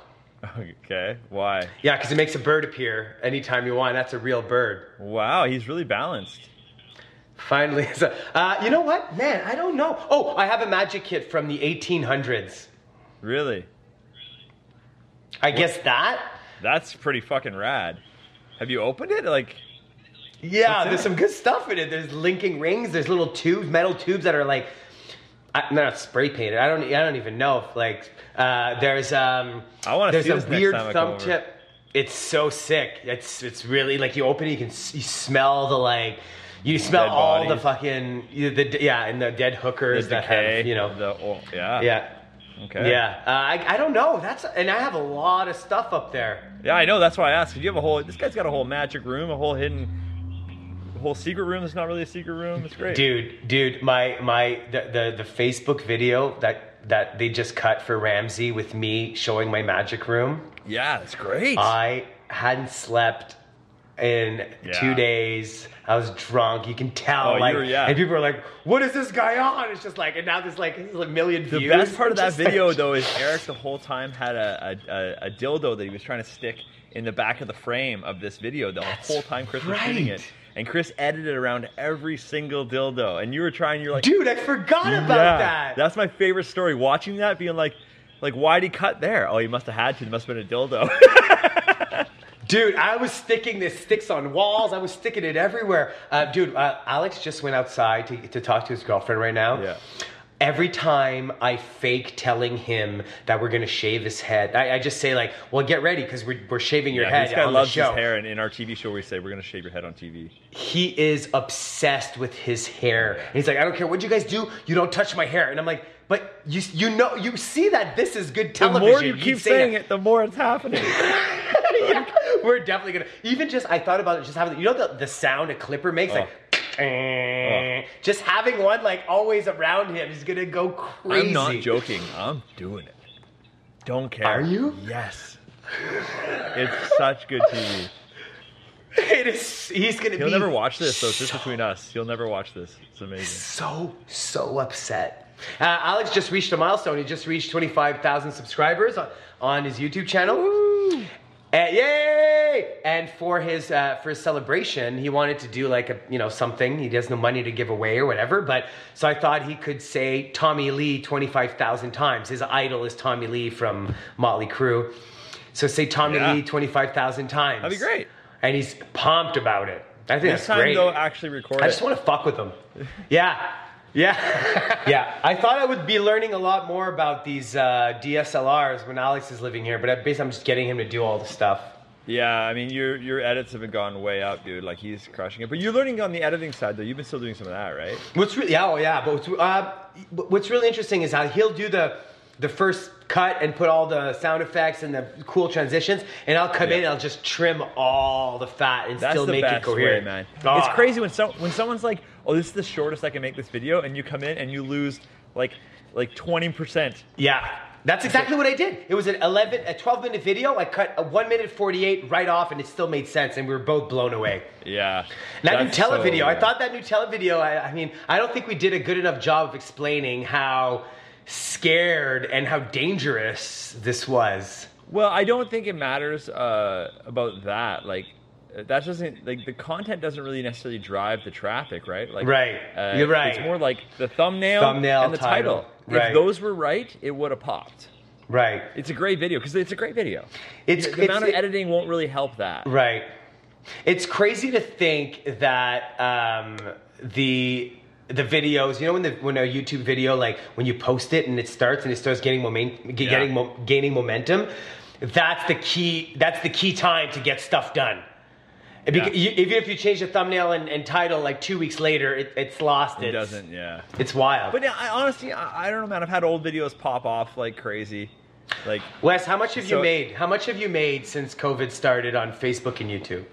Speaker 2: Okay. Why?
Speaker 1: Yeah, because it makes a bird appear anytime you want. That's a real bird.
Speaker 2: Wow, he's really balanced.
Speaker 1: Finally, it's a- uh, you know what, man? I don't know. Oh, I have a magic kit from the 1800s.
Speaker 2: Really,
Speaker 1: I guess that.
Speaker 2: that's pretty fucking rad. Have you opened it? Like,
Speaker 1: Yeah,
Speaker 2: What's
Speaker 1: there's
Speaker 2: that?
Speaker 1: some good stuff in it. There's linking rings. There's little tubes, metal tubes that are like, I, not spray painted. I don't. I don't even know if like uh, there's um.
Speaker 2: I wanna
Speaker 1: There's
Speaker 2: see
Speaker 1: a
Speaker 2: this next
Speaker 1: weird
Speaker 2: time I come
Speaker 1: thumb
Speaker 2: over.
Speaker 1: tip. It's so sick. It's it's really like you open it, you can s- you smell the like. You smell
Speaker 2: Dead
Speaker 1: all the
Speaker 2: bodies.
Speaker 1: fucking you- the yeah, and the dead
Speaker 2: the
Speaker 1: hookers that
Speaker 2: decay,
Speaker 1: have you know
Speaker 2: the oh, yeah,
Speaker 1: yeah
Speaker 2: okay,
Speaker 1: yeah. Uh, I I don't know. That's and I have a lot of stuff up there.
Speaker 2: Yeah, I know. That's why I asked. 'cause You have a whole. This guy's got a whole magic room, a whole hidden, whole secret room. That's not really a secret room. It's great.
Speaker 1: Dude, dude, my my the, the the Facebook video that that they just cut for Ramsey with me showing my magic room.
Speaker 2: Yeah, that's great.
Speaker 1: I hadn't slept in
Speaker 2: Yeah.
Speaker 1: two days. I was drunk. You can tell.
Speaker 2: Oh, you
Speaker 1: like,
Speaker 2: were- yeah.
Speaker 1: and people are like, "What is this guy on?" It's just like, and now there's like this is a million
Speaker 2: the
Speaker 1: views.
Speaker 2: best part of that
Speaker 1: Just like-
Speaker 2: video though is Eric the whole time had a, a, a, a dildo that he was trying to stick in the back of the frame of this video the whole time Chris was shooting
Speaker 1: right.
Speaker 2: it. And Chris edited around every single dildo. And you were trying. You're like,
Speaker 1: dude, I forgot about
Speaker 2: yeah,
Speaker 1: that.
Speaker 2: That's my favorite story. Watching that, being like, like, why'd he cut there? Oh, he must have had to. It must have been a dildo.
Speaker 1: Dude, I was sticking this sticks on walls. I was sticking it everywhere. Uh, dude, uh, Alex just went outside to, to talk to his girlfriend right now.
Speaker 2: Yeah.
Speaker 1: Every time I fake telling him that we're gonna shave his head, I, I just say like, "Well, get ready because we're, we're shaving your
Speaker 2: Yeah,
Speaker 1: head
Speaker 2: this guy
Speaker 1: on
Speaker 2: loves
Speaker 1: the show."
Speaker 2: his hair, and in our TV show, we say we're gonna shave your head on TV.
Speaker 1: He is obsessed with his hair. And he's like, "I don't care what you guys do, you don't touch my hair." And I'm like, "But you you know you see that this is good
Speaker 2: The
Speaker 1: television."
Speaker 2: more you
Speaker 1: You'd
Speaker 2: keep
Speaker 1: say
Speaker 2: saying
Speaker 1: that.
Speaker 2: it, the more it's happening.
Speaker 1: yeah, we're definitely gonna. Even just, I thought about it. Just having, you know, the, the sound a clipper makes, like,
Speaker 2: Uh.
Speaker 1: just having one like always around him is gonna go crazy.
Speaker 2: I'm not joking. I'm doing it. Don't care.
Speaker 1: Are you?
Speaker 2: Yes. it's such good TV.
Speaker 1: It is. He's gonna
Speaker 2: He'll
Speaker 1: be.
Speaker 2: never watch this, so it's just
Speaker 1: so,
Speaker 2: between us. He'll never watch this. It's amazing.
Speaker 1: So so upset. Uh, Alex just reached a milestone. He just reached 25,000 subscribers on, on his YouTube channel. And yay! And for his uh, for his celebration, he wanted to do like a you know something. He has no money to give away or whatever. But so I thought he could say Tommy Lee twenty five thousand times. His idol is Tommy Lee from Motley Crue. So say Tommy
Speaker 2: Yeah.
Speaker 1: Lee twenty five thousand times.
Speaker 2: That'd be great.
Speaker 1: And he's pumped about it. I think
Speaker 2: This
Speaker 1: that's
Speaker 2: time,
Speaker 1: great.
Speaker 2: though, actually record
Speaker 1: I
Speaker 2: it.
Speaker 1: just want to fuck with them. Yeah. Yeah. yeah. I thought I would be learning a lot more about these uh, DSLRs when Alex is living here, but I basically I'm just getting him to do all the stuff.
Speaker 2: yeah, I mean, your your edits have been gone way up, dude. Like he's crushing it. But you're learning on the editing side, though. You've been still doing some of that, right?
Speaker 1: What's really, yeah, oh yeah, but what's, uh, what's really interesting is how he'll do the, the first cut and put all the sound effects and the cool transitions, and I'll come in and I'll just trim all the fat and
Speaker 2: That's
Speaker 1: still
Speaker 2: the
Speaker 1: make
Speaker 2: best
Speaker 1: it coherent.
Speaker 2: way, man.
Speaker 1: Ah.
Speaker 2: It's crazy when so, when someone's like, "Oh, this is the shortest I can make this video," and you come in and you lose like like twenty percent.
Speaker 1: Yeah. That's exactly what I did. It was an 11, a 12 minute video. I cut a 1 minute 48 right off and it still made sense and we were both blown away.
Speaker 2: Yeah.
Speaker 1: And that
Speaker 2: That's
Speaker 1: new
Speaker 2: so-
Speaker 1: televideo, video. I
Speaker 2: yeah.
Speaker 1: thought that new televideo, I, I mean, I don't think we did a good enough job of explaining how scared and how dangerous this was.
Speaker 2: Well, I don't think it matters uh, about that. Like, uh, that doesn't like the content doesn't really necessarily drive the traffic, right? Like,
Speaker 1: Right.
Speaker 2: Uh,
Speaker 1: You're right.
Speaker 2: It's more like the thumbnail,
Speaker 1: Thumbnail,
Speaker 2: and the title.
Speaker 1: title. Right.
Speaker 2: If those were right, it would have popped.
Speaker 1: Right.
Speaker 2: It's a great video because it's a great video.
Speaker 1: It's-
Speaker 2: the, the
Speaker 1: it's-
Speaker 2: amount of
Speaker 1: it-
Speaker 2: editing won't really help that.
Speaker 1: Right. It's crazy to think that um, the the videos, you know, when the when a YouTube video, like when you post it and it starts and it starts getting moment, ge-
Speaker 2: Yeah.
Speaker 1: getting mo- gaining momentum, that's the key. That's the key time to get stuff done. And beca-
Speaker 2: Yeah.
Speaker 1: you- even if you change the thumbnail and, and title, like two weeks later, it, it's lost.
Speaker 2: It
Speaker 1: it's,
Speaker 2: doesn't. Yeah.
Speaker 1: It's wild.
Speaker 2: But yeah, I honestly, I, I don't know, man. I've had old videos pop off like crazy. Like,
Speaker 1: Wes, how much have you
Speaker 2: So-
Speaker 1: made? How much have you made since COVID started on Facebook and YouTube?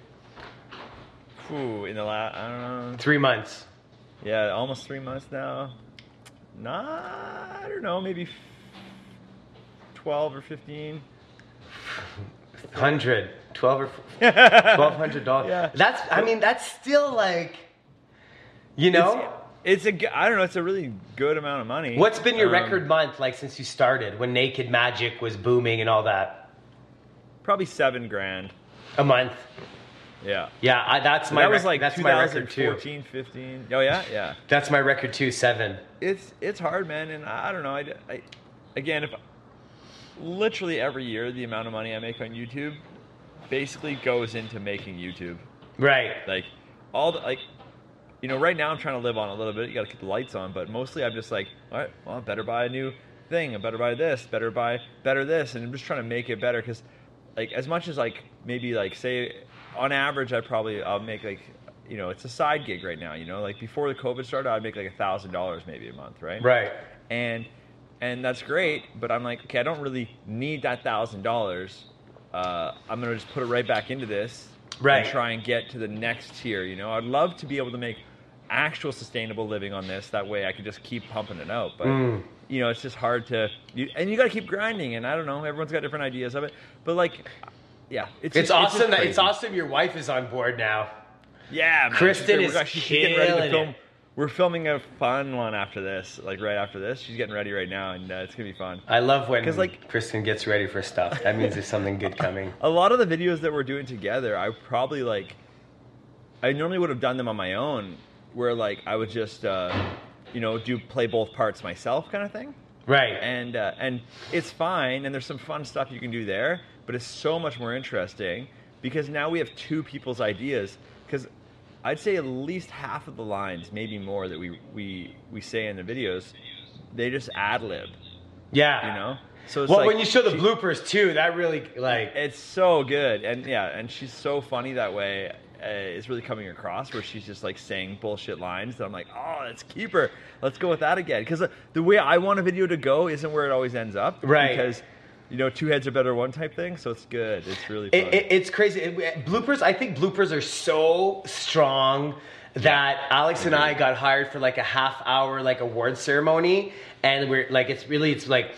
Speaker 2: whew, in the last, I don't know.
Speaker 1: Three months.
Speaker 2: Yeah, almost three months now. Nah, I don't know, maybe f- 12 or 15.
Speaker 1: Hundred, twelve or twelve
Speaker 2: Twelve
Speaker 1: hundred dollars.
Speaker 2: Yeah.
Speaker 1: That's. I mean, that's still like, you know,
Speaker 2: It's, it's a, g- I don't know, it's a really good amount of money.
Speaker 1: what's been your
Speaker 2: Um,
Speaker 1: record month like since you started when Naked Magic was booming and all that?
Speaker 2: Probably seven grand.
Speaker 1: A month.
Speaker 2: Yeah.
Speaker 1: Yeah, I, that's my.
Speaker 2: that was
Speaker 1: rec-
Speaker 2: like
Speaker 1: that's my record too.
Speaker 2: 2014, 15. Oh, yeah, yeah.
Speaker 1: That's my record too. Seven.
Speaker 2: it's it's hard, man, and I, I don't know. I, I- again, if literally every year the amount of money I make on YouTube basically goes into making YouTube.
Speaker 1: Right.
Speaker 2: Like all the like, you know, right now I'm trying to live on a little bit. You got to keep the lights on, but mostly I'm just like, all right, well, I better buy a new thing. I better buy this. Better buy better this, and I'm just trying to make it better because, like, as much as like maybe like say on average I probably I'll make like. You know, it's a side gig right now. You know, like before the COVID started, I'd make like a thousand dollars maybe a month, right?
Speaker 1: Right.
Speaker 2: and and that's great but i'm like okay i don't really need that thousand dollars uh, i'm gonna just put it right back into this
Speaker 1: Right.
Speaker 2: and try and get to the next tier you know i'd love to be able to make actual sustainable living on this that way i could just keep pumping it out but
Speaker 1: Mm.
Speaker 2: you know it's just hard to you, and you gotta keep grinding and i don't know everyone's got different ideas of it but like yeah it's,
Speaker 1: It's
Speaker 2: just- just
Speaker 1: awesome that it's
Speaker 2: crazy.
Speaker 1: awesome. Your wife is on board now.
Speaker 2: Yeah, man.
Speaker 1: Kristen
Speaker 2: She's-
Speaker 1: is
Speaker 2: we're actually- she's getting ready to
Speaker 1: killing
Speaker 2: film.
Speaker 1: it.
Speaker 2: We're filming a fun one after this, like right after this. She's getting ready right now, and uh, it's gonna be fun.
Speaker 1: I love when
Speaker 2: 'Cause, like-
Speaker 1: Kristen gets ready for stuff. That means there's something good coming.
Speaker 2: A lot of the videos that we're doing together, I probably like. I normally would have done them on my own, where like I would just, uh, you know, do play both parts myself, kind of thing.
Speaker 1: Right.
Speaker 2: And uh, and it's fine, and there's some fun stuff you can do there, but it's so much more interesting because now we have two people's ideas. Because I'd say at least half of the lines, maybe more, that we we we say in the videos, they just ad lib,
Speaker 1: Yeah.
Speaker 2: you know. So it's
Speaker 1: Well,
Speaker 2: like
Speaker 1: when you show the
Speaker 2: she-
Speaker 1: bloopers too, that really like.
Speaker 2: it's so good, and yeah, and she's so funny that way. Uh, it's really coming across where she's just like saying bullshit lines that I'm like, oh, let's keep her. Let's go with that again. Because the way I want a video to go isn't where it always ends up.
Speaker 1: Right.
Speaker 2: Because you know, two heads are better than one type thing. So it's good. It's really fun.
Speaker 1: It, it, it's crazy. It- bloopers. I think bloopers are so strong that Alex and I got hired for like a half hour like award ceremony, and we're like it's really it's like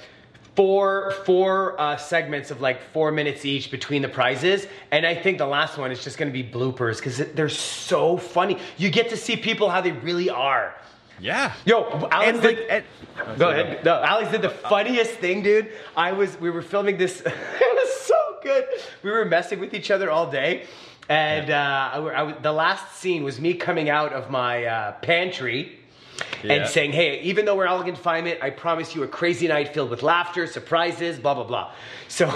Speaker 1: four four uh, segments of like four minutes each between the prizes, and I think the last one is just going to be bloopers because they're so funny. You get to see people how they really are.
Speaker 2: yeah.
Speaker 1: Yo, Alex
Speaker 2: and
Speaker 1: did-
Speaker 2: like, and, oh,
Speaker 1: Go
Speaker 2: sorry,
Speaker 1: ahead. No, Alex did the funniest thing, dude. I was we were filming this. it was so good. We were messing with each other all day, and uh, I, were- I, was- the last scene was me coming out of my uh, pantry.
Speaker 2: Yeah.
Speaker 1: And saying, hey, even though we're all in confinement, I promise you a crazy night filled with laughter, surprises, blah, blah, blah. So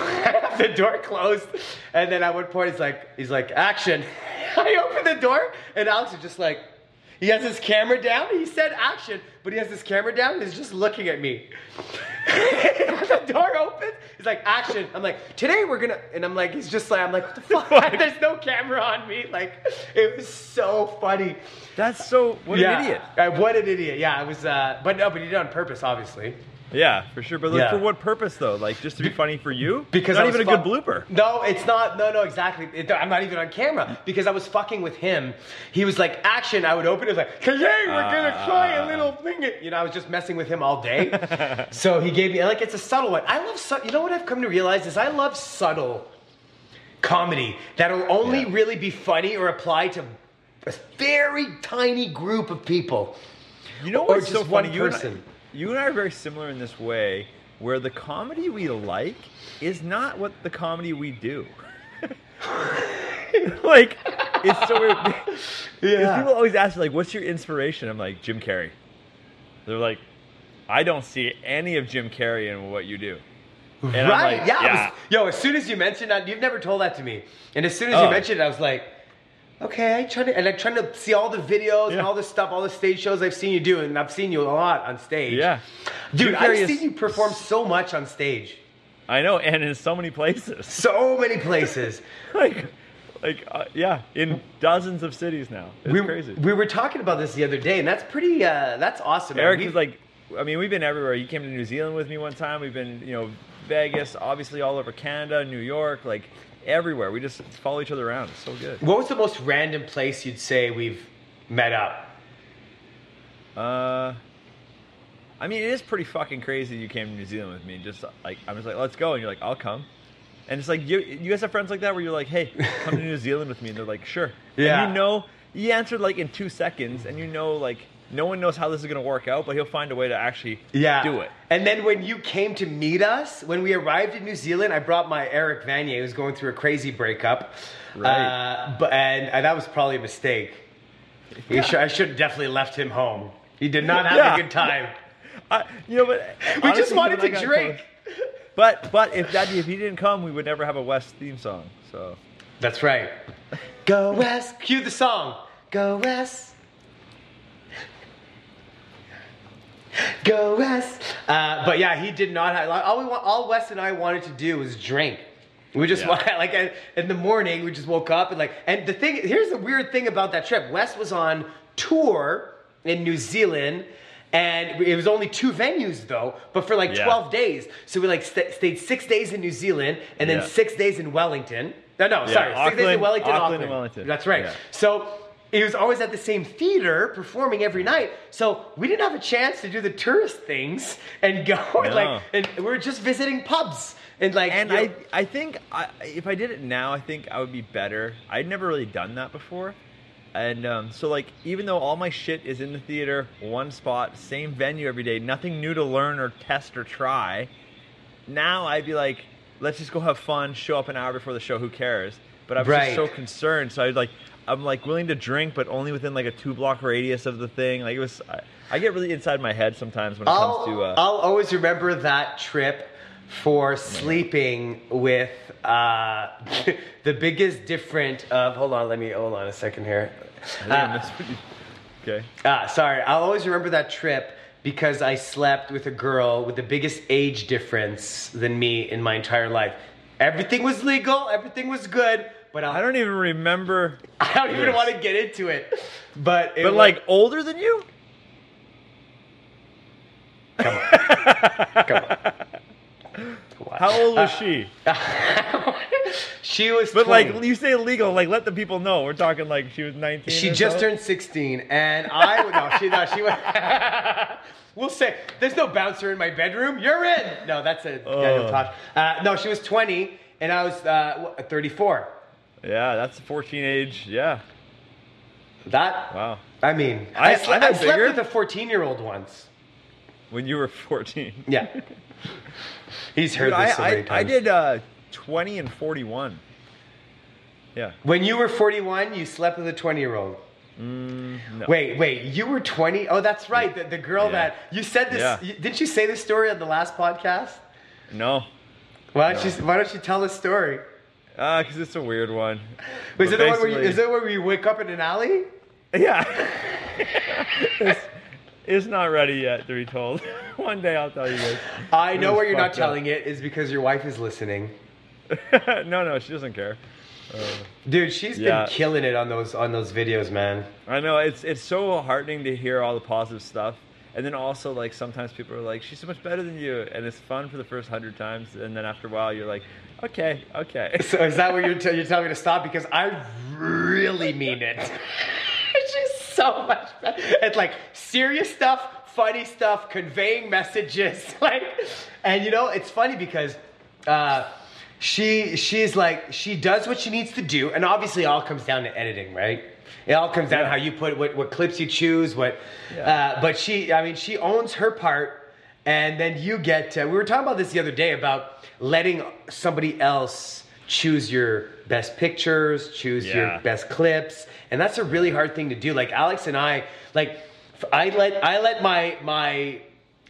Speaker 1: the door closed. And then at one point, he's like, he's like, action. I open the door, and Alex is just like, he has his camera down. He said action, but he has his camera down. And he's just looking at me. the door opens. He's like action. I'm like today we're gonna, and I'm like he's just like I'm like what the fuck? There's no camera on me. Like it was so funny.
Speaker 2: That's so. What
Speaker 1: yeah.
Speaker 2: an idiot.
Speaker 1: Uh, what an idiot. Yeah, it was. Uh, but no, but he did it on purpose, obviously.
Speaker 2: Yeah, for sure. But like,
Speaker 1: Yeah.
Speaker 2: for what purpose though? Like just to be funny for you?
Speaker 1: Because
Speaker 2: not
Speaker 1: I was
Speaker 2: even a
Speaker 1: fuck-
Speaker 2: good blooper.
Speaker 1: No, it's not. No, no, exactly. It- I'm not even on camera because I was fucking with him. He was like, "Action!" I would open it like, "Yay, we're
Speaker 2: Ah.
Speaker 1: gonna try a little thing." You know, I was just messing with him all day. so he gave me like it's a subtle one. I love subtle. You know what I've come to realize is I love subtle comedy that'll only
Speaker 2: Yeah.
Speaker 1: really be funny or apply to a very tiny group of people.
Speaker 2: You know
Speaker 1: Or
Speaker 2: what's so
Speaker 1: just one
Speaker 2: funny? You and, I,
Speaker 1: person.
Speaker 2: you and I are very similar in this way, where the comedy we like is not what the comedy we do. like, it's so weird. 'Cause
Speaker 1: Yeah.
Speaker 2: People always ask, like, "What's your inspiration?" I'm like, Jim Carrey. They're like, I don't see any of Jim Carrey in what you do. And I'm
Speaker 1: right?
Speaker 2: like,
Speaker 1: yeah. I was- yo, as soon as you mentioned that, you've never told that to me. And as soon as
Speaker 2: Oh.
Speaker 1: you mentioned it, I was like, okay, I try to, and I'm trying to see all the videos and
Speaker 2: Yeah.
Speaker 1: all the stuff, all the stage shows I've seen you do, and I've seen you a lot on stage.
Speaker 2: Yeah.
Speaker 1: Dude,
Speaker 2: Jim
Speaker 1: I've
Speaker 2: Carrey is-
Speaker 1: seen you perform so much on stage.
Speaker 2: I know, and in so many places.
Speaker 1: So many places.
Speaker 2: like, like, uh, yeah, in dozens of cities now. It's
Speaker 1: we,
Speaker 2: crazy.
Speaker 1: we were talking about this the other day, and that's pretty, uh, that's awesome. man.
Speaker 2: Eric
Speaker 1: We-
Speaker 2: is like, I mean, we've been everywhere. You came to New Zealand with me one time. We've been, you know, Vegas, obviously all over Canada, New York, like everywhere. We just follow each other around. It's so good.
Speaker 1: what was the most random place you'd say we've met up?
Speaker 2: Uh, I mean, it is pretty fucking crazy. You came to New Zealand with me, and just like I'm just like, let's go, and you're like, I'll come. And it's like you, you guys have friends like that where you're like, hey, come to New Zealand with me, and they're like, sure.
Speaker 1: Yeah.
Speaker 2: And you know, you answered like in two seconds, and you know, like no one knows how this is gonna work out, but he'll find a way to actually
Speaker 1: Yeah.
Speaker 2: do it.
Speaker 1: And then when you came to meet us, when we arrived in New Zealand, I brought my Eric Vanier, who's going through a crazy breakup.
Speaker 2: Right.
Speaker 1: Uh, but, and, and that was probably a mistake. We should, I should have definitely left him home. He did not have
Speaker 2: Yeah.
Speaker 1: a good time.
Speaker 2: I, you know, but
Speaker 1: We
Speaker 2: honestly,
Speaker 1: just
Speaker 2: him
Speaker 1: wanted
Speaker 2: and I
Speaker 1: to
Speaker 2: got
Speaker 1: drink.
Speaker 2: close. But but if that if he didn't come, we would never have a West theme song. So
Speaker 1: That's right. Go West. Cue the song. Go West. Go West. Uh, but yeah, he did not have. All we want, all Wes and I wanted to do was drink. We just
Speaker 2: Yeah.
Speaker 1: wa- like uh, in the morning. We just woke up and like. And the thing here's the weird thing about that trip. Wes was on tour in New Zealand. And it was only two venues though, but for like
Speaker 2: Yeah.
Speaker 1: 12 days. So we like sta stayed six days in New Zealand and then
Speaker 2: Yeah.
Speaker 1: six days in Wellington. No, no, sorry,
Speaker 2: Yeah,
Speaker 1: six days in
Speaker 2: Auckland-
Speaker 1: Wellington, Auckland,
Speaker 2: Auckland and Wellington.
Speaker 1: That's right.
Speaker 2: Yeah.
Speaker 1: So he was always at the same theater performing every night. So we didn't have a chance to do the tourist things and go and
Speaker 2: No.
Speaker 1: like and we were just visiting pubs and like
Speaker 2: and
Speaker 1: you
Speaker 2: I
Speaker 1: know-
Speaker 2: I think I, if I did it now, I think I would be better. I'd never really done that before, and um, so like even though all my shit is in the theater, one spot, same venue every day, nothing new to learn or test or try. Now I'd be like, let's just go have fun, show up an hour before the show. Who cares? But I was
Speaker 1: Right.
Speaker 2: just so concerned, so I was like. I'm like willing to drink, but only within like a two block radius of the thing. Like it was, I, I get really inside my head sometimes when it
Speaker 1: I'll,
Speaker 2: comes to. Uh, Oh,
Speaker 1: I'll always remember that trip for sleeping with uh, the biggest different of hold on, let me hold on a second here.
Speaker 2: I think I
Speaker 1: Uh,
Speaker 2: missed what you- okay.
Speaker 1: Ah, sorry. I'll always remember that trip because I slept with a girl with the biggest age difference than me in my entire life. Everything was legal, everything was good, but I'll,
Speaker 2: I don't even remember.
Speaker 1: I don't even
Speaker 2: Yes.
Speaker 1: want to get into it. But it
Speaker 2: But
Speaker 1: was-
Speaker 2: like older than you?
Speaker 1: come on, come on. Come on.
Speaker 2: How old was she?
Speaker 1: she was.
Speaker 2: But like
Speaker 1: 20.
Speaker 2: you say illegal, like let the people know. We're talking like she was 19.
Speaker 1: She
Speaker 2: or
Speaker 1: just
Speaker 2: so.
Speaker 1: turned 16, and I would- no, she no, she went. we'll say there's no bouncer in my bedroom. You're in. No, that's a Daniel
Speaker 2: Oh.
Speaker 1: Tosh. Uh, no, she was 20, and I was uh, what, 34.
Speaker 2: Yeah, that's the 14 age. Yeah.
Speaker 1: That
Speaker 2: Wow.
Speaker 1: I mean, I,
Speaker 2: I-
Speaker 1: sle-
Speaker 2: I
Speaker 1: I
Speaker 2: know
Speaker 1: slept
Speaker 2: bigger.
Speaker 1: with a 14 year old once.
Speaker 2: When you were 14.
Speaker 1: Yeah, he's heard
Speaker 2: Dude, I,
Speaker 1: this so
Speaker 2: I-
Speaker 1: many
Speaker 2: I
Speaker 1: times.
Speaker 2: did uh, 20 and 41. Yeah.
Speaker 1: When you were 41, you slept with a 20 year old.
Speaker 2: Mm, no.
Speaker 1: Wait, wait, you were 20? Oh, that's right. The, the girl
Speaker 2: Yeah.
Speaker 1: that you said this.
Speaker 2: Yeah.
Speaker 1: you- didn't you say this story on the last podcast?
Speaker 2: No.
Speaker 1: Why don't you Why don't you tell the story?
Speaker 2: Uh, cause it's a weird one.
Speaker 1: Was
Speaker 2: But
Speaker 1: it the one where you,
Speaker 2: basically-
Speaker 1: is it where you wake up in an alley?
Speaker 2: Yeah. it's, it's not ready yet to be told. one day I'll tell you guys.
Speaker 1: I know
Speaker 2: was
Speaker 1: where you're not
Speaker 2: fucked up.
Speaker 1: telling it is because your wife is listening.
Speaker 2: no, no, she doesn't care.
Speaker 1: Dude, she's
Speaker 2: Yeah.
Speaker 1: been killing it on those on those videos, man.
Speaker 2: I know it's it's so heartening to hear all the positive stuff, And then also like sometimes people are like, she's so much better than you, and it's fun for the first hundred times, and then after a while you're like, okay, okay.
Speaker 1: So is that what you're, t- you're telling me to stop? Because I really mean it. She's so much better. It's like serious stuff, funny stuff, conveying messages. Like, and you know, it's funny because uh, she she's like she does what she needs to do, and obviously, it all comes down to editing, right? It all comes down to how you put what what clips you choose, what.
Speaker 2: Yeah.
Speaker 1: Uh, but she, I mean, she owns her part. And then you get. Uh, we were talking about this the other day about letting somebody else choose your best pictures, choose
Speaker 2: Yeah.
Speaker 1: your best clips, and that's a really hard thing to do. Like Alex and I, like f- I let I let my my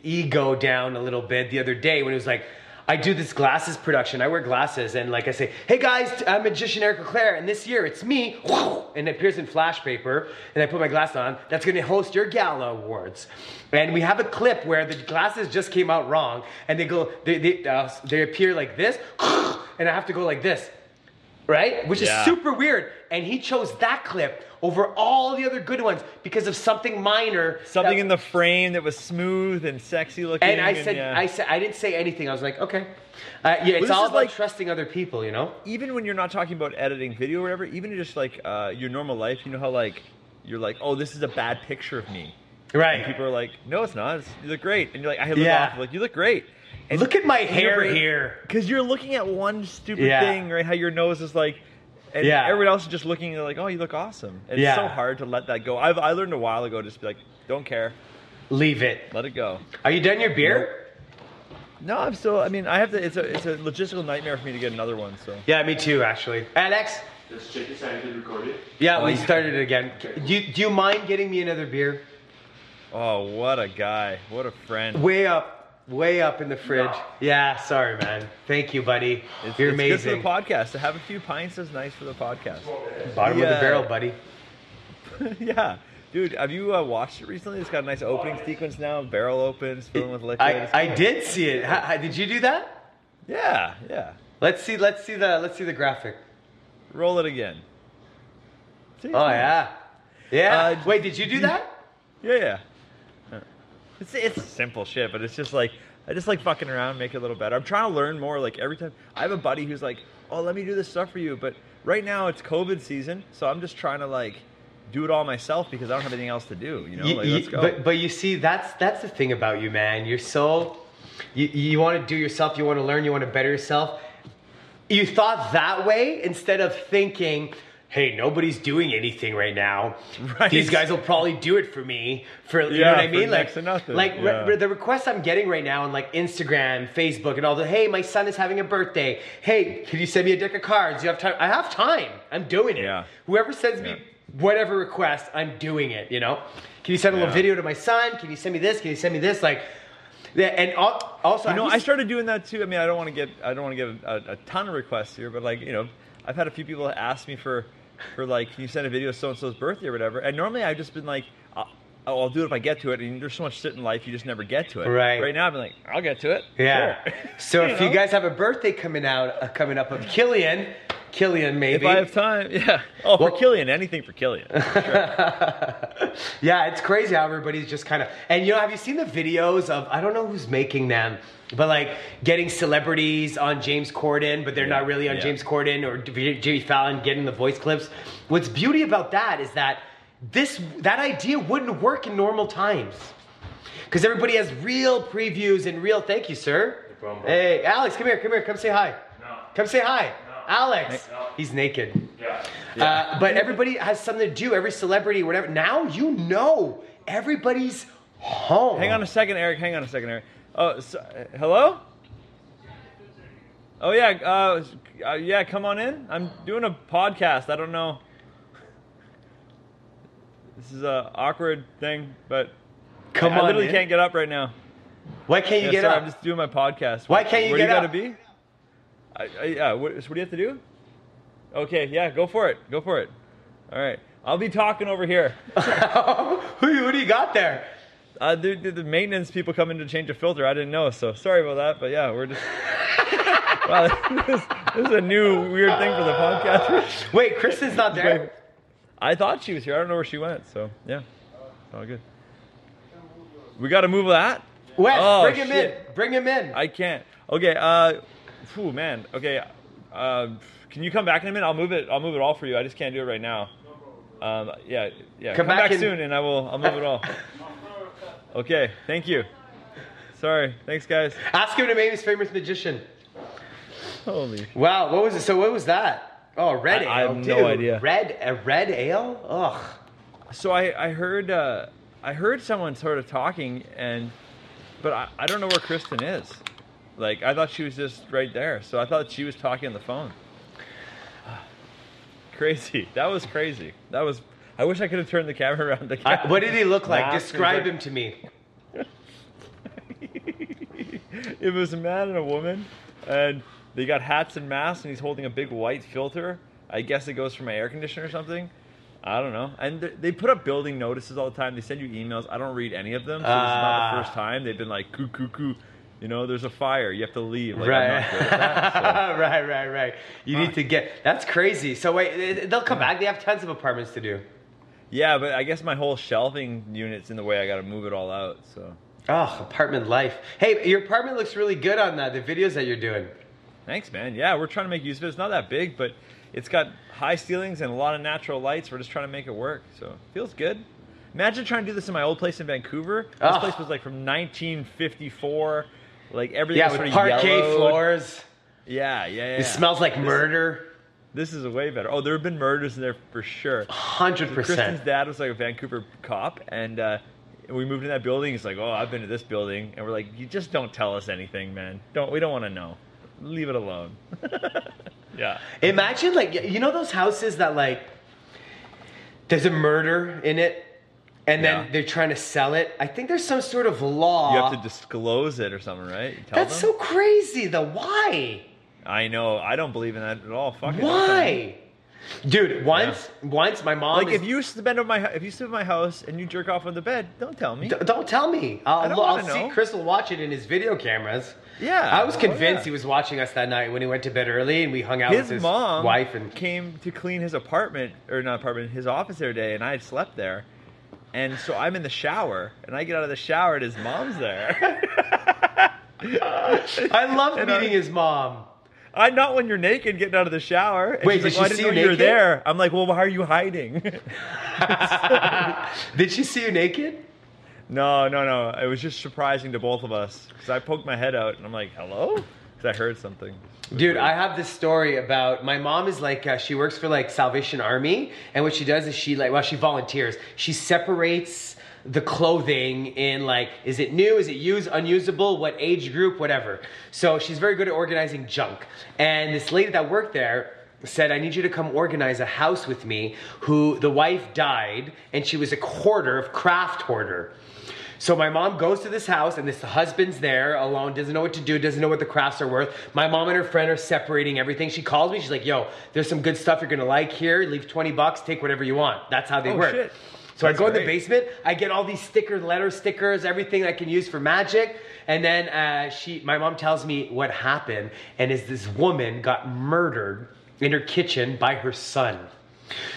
Speaker 1: ego down a little bit the other day when it was like. I do this glasses production. I wear glasses, and like I say, "Hey guys, t- I'm magician Eric Claire, and this year it's me." And it appears in flash paper, and I put my glass on. That's going to host your gala awards, and we have a clip where the glasses just came out wrong, and they go, they they, uh, they appear like this, and I have to go like this right? Which
Speaker 2: Yeah.
Speaker 1: is super weird. And he chose that clip over all the other good ones because of something minor.
Speaker 2: Something
Speaker 1: that-
Speaker 2: in the frame that was smooth and sexy looking.
Speaker 1: And I said,
Speaker 2: yeah.
Speaker 1: I said, I didn't say anything. I was like, okay, uh, yeah. It's
Speaker 2: this
Speaker 1: all
Speaker 2: is
Speaker 1: about
Speaker 2: like-
Speaker 1: trusting other people, you know.
Speaker 2: even when you're not talking about editing video or whatever, even just like uh, your normal life, you know how like you're like, oh, this is a bad picture of me. And
Speaker 1: Right.
Speaker 2: people are like, no, it's not. It's, you look great. And you're like, I look
Speaker 1: Yeah.
Speaker 2: awful. Like, you look great. And
Speaker 1: Look at my hair here.
Speaker 2: Because you're looking at one stupid
Speaker 1: Yeah.
Speaker 2: thing, right? How your nose is like, and
Speaker 1: Yeah.
Speaker 2: everyone else is just looking and they're like, oh, you look awesome. And
Speaker 1: Yeah.
Speaker 2: It's so hard to let that go. I've, I learned a while ago just be like, don't care.
Speaker 1: Leave it.
Speaker 2: Let it go.
Speaker 1: Are you done your beer?
Speaker 2: No, I'm still, I mean, I have to, it's a, it's a logistical nightmare for me to get another one, so.
Speaker 1: Yeah, me too, actually. Alex.
Speaker 3: Let's check this out and record it.
Speaker 1: Yeah,
Speaker 2: Oh,
Speaker 1: we
Speaker 2: yeah.
Speaker 1: started it again. Do you, do you mind getting me another beer?
Speaker 2: Oh, what a guy. What a friend.
Speaker 1: Way up, way up in the fridge. Yeah, sorry, man. Thank you, buddy.
Speaker 2: It's,
Speaker 1: You're
Speaker 2: it's
Speaker 1: amazing.
Speaker 2: good for the podcast. To have a few pints is nice for the podcast.
Speaker 1: Bottom of
Speaker 2: Yeah.
Speaker 1: the barrel, buddy.
Speaker 2: yeah. Dude, have you uh, watched it recently? It's got a nice opening sequence now. Barrel opens, filling with liquid.
Speaker 1: I,
Speaker 2: It's
Speaker 1: I
Speaker 2: cool.
Speaker 1: did see it. How, how- did you do that?
Speaker 2: Yeah, yeah.
Speaker 1: Let's see. Let's see the. Let's see the graphic.
Speaker 2: Roll it again. See?
Speaker 1: Oh yeah, yeah.
Speaker 2: Uh,
Speaker 1: Wait, did you do that?
Speaker 2: Yeah, yeah. Yeah. It's, it's simple shit, but it's just like I just like fucking around, make it a little better. I'm trying to learn more. Like every time I have a buddy who's like, "Oh, let me do this stuff for you," but right now it's COVID season, so I'm just trying to like do it all myself because I don't have anything else to do. You know,
Speaker 1: You-
Speaker 2: like
Speaker 1: you-
Speaker 2: let's go.
Speaker 1: But but you see, that's that's the thing about you, man. You're so you you want to do yourself. You want to learn. You want to better yourself. You thought that way instead of thinking. Hey, nobody's doing anything right now.
Speaker 2: Right.
Speaker 1: These guys will probably do it for me. For you know
Speaker 2: Yeah,
Speaker 1: what I
Speaker 2: for
Speaker 1: mean?
Speaker 2: next to nothing.
Speaker 1: like re-
Speaker 2: Yeah.
Speaker 1: re- the requests I'm getting right now on like Instagram, Facebook, and all the. Hey, my son is having a birthday. Hey, can you send me a deck of cards? You have time? I have time. I'm doing it.
Speaker 2: Yeah.
Speaker 1: Whoever sends me
Speaker 2: Yeah.
Speaker 1: whatever request, I'm doing it. You know, can you send a little
Speaker 2: Yeah.
Speaker 1: video to my son? Can you send me this? Can you send me this? Like, yeah, and al- also,
Speaker 2: You know,
Speaker 1: have
Speaker 2: I started doing that too. I mean, I don't want to get I don't want to get a, a ton of requests here, but like you know, I've had a few people ask me for for like, can you send a video of so and so's birthday or whatever? And normally I've just been like, I'll, oh, I'll do it if I get to it. And there's so much shit in life you just never get to it.
Speaker 1: Right.
Speaker 2: Right now I've been like, I'll get to it.
Speaker 1: yeah.
Speaker 2: Sure.
Speaker 1: So if you
Speaker 2: know?
Speaker 1: guys have a birthday coming out, uh, coming up of Killian, Killian
Speaker 2: If
Speaker 1: maybe.
Speaker 2: I have time, yeah. Oh, for
Speaker 1: Well-
Speaker 2: Killian, anything for Killian.
Speaker 1: yeah, it's crazy how everybody's just kind of. And you know, have you seen the videos of I don't know who's making them, but like getting celebrities on James Corden, but they're not really on
Speaker 2: yeah.
Speaker 1: James Corden or J- Jimmy Fallon getting the voice clips. What's beauty about that is that this that idea wouldn't work in normal times. Because everybody has real previews and real thank you, sir.
Speaker 3: problem, bro.
Speaker 1: Hey, Alex, come here, come here, come say hi.
Speaker 3: No.
Speaker 1: Come say hi. Alex.
Speaker 3: No.
Speaker 1: He's naked.
Speaker 3: Yeah.
Speaker 1: Uh, but everybody has something to do. Every celebrity, whatever. Now you know everybody's home.
Speaker 2: Hang on a second, Eric. Hang on a second, Eric. Oh, so, uh, hello. Oh yeah, uh, s- uh, yeah. Come on in. I'm doing a podcast. I don't know. This is a awkward thing, but
Speaker 1: Come
Speaker 2: I, I
Speaker 1: on.
Speaker 2: literally
Speaker 1: in.
Speaker 2: can't get up right now.
Speaker 1: Why can't you
Speaker 2: Yeah,
Speaker 1: get
Speaker 2: sorry,
Speaker 1: up?
Speaker 2: I'm just doing my podcast.
Speaker 1: Why can't you
Speaker 2: Where
Speaker 1: get
Speaker 2: do you
Speaker 1: up?
Speaker 2: gotta be? I, I, yeah. What, so what do you have to do? Okay. Yeah. Go for it. Go for it. All right. I'll be talking over here.
Speaker 1: who, you- who do you got there?
Speaker 2: Uh, the, the, the maintenance people come in to change a filter. I didn't know, so sorry about that. But yeah, we're just. wow, this, this is a new weird thing for the podcast.
Speaker 1: Wait, Kristen's not
Speaker 2: Wait,
Speaker 1: there.
Speaker 2: I thought she was here. I don't know where she went. So yeah, it's all good. We got to move that.
Speaker 1: Wes,
Speaker 2: Oh,
Speaker 1: bring him
Speaker 2: shit.
Speaker 1: in. Bring him in.
Speaker 2: I can't. Okay. Uh, phew, man. Okay. Uh, can you come back in a minute? I'll move it. I'll move it all for you. I just can't do it right now. Um, yeah, yeah.
Speaker 1: Come back in-
Speaker 2: soon, and I will. I'll move it all. Okay. Thank you. Sorry. Thanks, guys.
Speaker 1: Ask him to name his famous magician.
Speaker 2: Holy.
Speaker 1: Wow, what was it? So what was that? Oh, red ale.
Speaker 2: I- I have no
Speaker 1: dude.
Speaker 2: idea.
Speaker 1: Red a red ale? Ugh.
Speaker 2: So I, I heard uh, I heard someone sort of talking and but I, I don't know where Kristen is. Like I thought she was just right there. So I thought she was talking on the phone. crazy. That was crazy. That was I wish I could have turned the camera around the
Speaker 1: I- what did he look like?
Speaker 2: Mask and
Speaker 1: Describe
Speaker 2: like-
Speaker 1: him to me.
Speaker 2: it was a man and a woman, and they got hats and masks, and he's holding a big white filter. I guess it goes for my air conditioner or something. I don't know. And th- they put up building notices all the time. They send you emails. I don't read any of them, so this is not
Speaker 1: Ah.
Speaker 2: the first time. They've been like, coo, coo, coo. You know, there's a fire. You have to leave. Like,
Speaker 1: right.
Speaker 2: I'm not good at that.
Speaker 1: right, right, right. You need to get. That's crazy. So wait, they- they'll come back. They have tons of apartments to do.
Speaker 2: so- Yeah, but I guess my whole shelving unit's in the way. I got to move it all out. So
Speaker 1: Oh, apartment life. Hey, your apartment looks really good on that. The videos that you're doing.
Speaker 2: thanks, man. Yeah, we're trying to make use of it. It's not that big, but it's got high ceilings and a lot of natural lights. We're just trying to make it work. So it feels good. Imagine trying to do this in my old place in Vancouver. This
Speaker 1: Ugh.
Speaker 2: place was like from 1954. Like everything
Speaker 1: Yeah,
Speaker 2: was
Speaker 1: with
Speaker 2: sort of
Speaker 1: parquet
Speaker 2: yellowed.
Speaker 1: floors.
Speaker 2: Yeah, yeah, yeah.
Speaker 1: It smells like murder.
Speaker 2: This is way better. Oh, there have been murders in there for sure.
Speaker 1: Oh, Hundred
Speaker 2: Kristen's
Speaker 1: percent.
Speaker 2: dad was like a Vancouver cop, and uh, we moved in that building. He's like, "Oh, I've been to this building," and we're like, "You just don't tell us anything, man. Don't we don't want to know. Leave it alone." yeah.
Speaker 1: Imagine like you know those houses that like there's a murder in it, and
Speaker 2: Yeah.
Speaker 1: then they're trying to sell it. I think there's some sort of law.
Speaker 2: You have to disclose it or something, right? You Tell
Speaker 1: That's
Speaker 2: them?
Speaker 1: so crazy. The why?
Speaker 2: I know. I don't believe in that at all. Fuck it.
Speaker 1: Why? Dude, once, once my mom.
Speaker 2: Like
Speaker 1: is-
Speaker 2: if you spend on my hu- if you sleep in my house and you jerk off on the bed, don't tell me.
Speaker 1: D- don't tell me. I'll,
Speaker 2: I don't
Speaker 1: I'll
Speaker 2: wanna
Speaker 1: see
Speaker 2: know.
Speaker 1: Chris will watch it in his video cameras.
Speaker 2: Yeah.
Speaker 1: I was
Speaker 2: Oh,
Speaker 1: convinced
Speaker 2: yeah.
Speaker 1: he was watching us that night when he went to bed early and we hung out
Speaker 2: his,
Speaker 1: with his
Speaker 2: mom
Speaker 1: wife and
Speaker 2: came to clean his apartment or not apartment his office the other day and i had slept there and so i'm in the shower and i get out of the shower and his mom's there
Speaker 1: I love
Speaker 2: And I-
Speaker 1: meeting his mom.
Speaker 2: i not when you're naked getting out of the shower and
Speaker 1: Wait, did
Speaker 2: she's like,
Speaker 1: she
Speaker 2: "Well, I didn't
Speaker 1: see
Speaker 2: know
Speaker 1: you
Speaker 2: you were
Speaker 1: naked?"
Speaker 2: there i'm like well why are you hiding
Speaker 1: Did she see you naked?
Speaker 2: no no no it was just surprising to both of us because i poked my head out and i'm like hello because i heard something It was
Speaker 1: Dude,
Speaker 2: weird.
Speaker 1: I have this story about my mom is like uh, she works for like Salvation Army, and what she does is she like well she volunteers. She separates the clothing in like is it new, is it used, unusable, what age group, whatever. So she's very good at organizing junk. And this lady that worked there said, "I need you to come organize a house with me." Who the wife died, and she was a quarter of craft hoarder. So my mom goes to this house, and this the husband's there alone, doesn't know what to do, doesn't know what the crafts are worth. My mom and her friend are separating everything. She calls me, she's like, "Yo, there's some good stuff you're gonna like here. Leave twenty bucks, take whatever you want." That's how they
Speaker 2: Oh,
Speaker 1: work.
Speaker 2: shit.
Speaker 1: So I
Speaker 2: That's
Speaker 1: go in the
Speaker 2: great.
Speaker 1: basement. I get all these sticker, letter stickers, everything I can use for magic. And then uh, she, my mom tells me what happened, and is this woman got murdered in her kitchen by her son.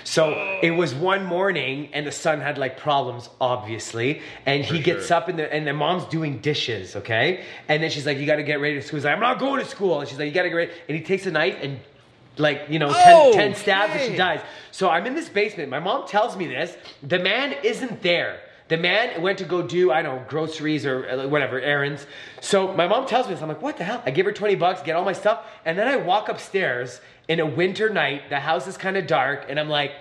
Speaker 1: So it was one morning, and the son had like problems, obviously. And he gets
Speaker 2: sure.
Speaker 1: up, and the, and the mom's doing dishes, okay? And then she's like, You gotta get ready to school. He's like, I'm not going to school. And she's like, You gotta get ready. And he takes a knife and, like, you know, 10
Speaker 2: Oh,
Speaker 1: 10 stabs, and she
Speaker 2: shit.
Speaker 1: dies guys. So I'm in this basement. My mom tells me this. The man isn't there. The man went to go do, I don't know, groceries or uh, whatever, errands. So my mom tells me this. I'm like, what the hell? I give her 20 bucks, get all my stuff. And then I walk upstairs in a winter night. The house is kind of dark. And I'm like,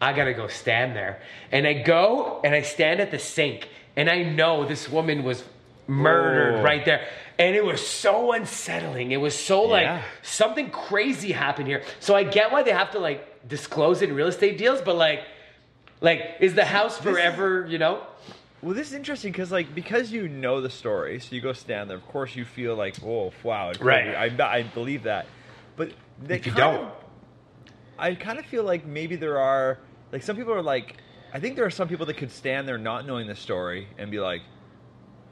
Speaker 1: I gotta go stand there. And I go and I stand at the sink. And I know this woman was murdered
Speaker 2: Oh.
Speaker 1: right there. And it was so unsettling. It was so like
Speaker 2: Yeah.
Speaker 1: something crazy happened here. So I get why they have to like disclose it in real estate deals, but like, like is the house forever? You know?
Speaker 2: Well, this is interesting because, like, because you know the story, so you go stand there. Of course, you feel like, "Whoa, wow!" it could
Speaker 1: Right.
Speaker 2: be- I, I believe that, but they
Speaker 1: If you
Speaker 2: kind of-
Speaker 1: don't.
Speaker 2: I kind of feel like maybe there are like some people are like, I think there are some people that could stand there not knowing the story and be like,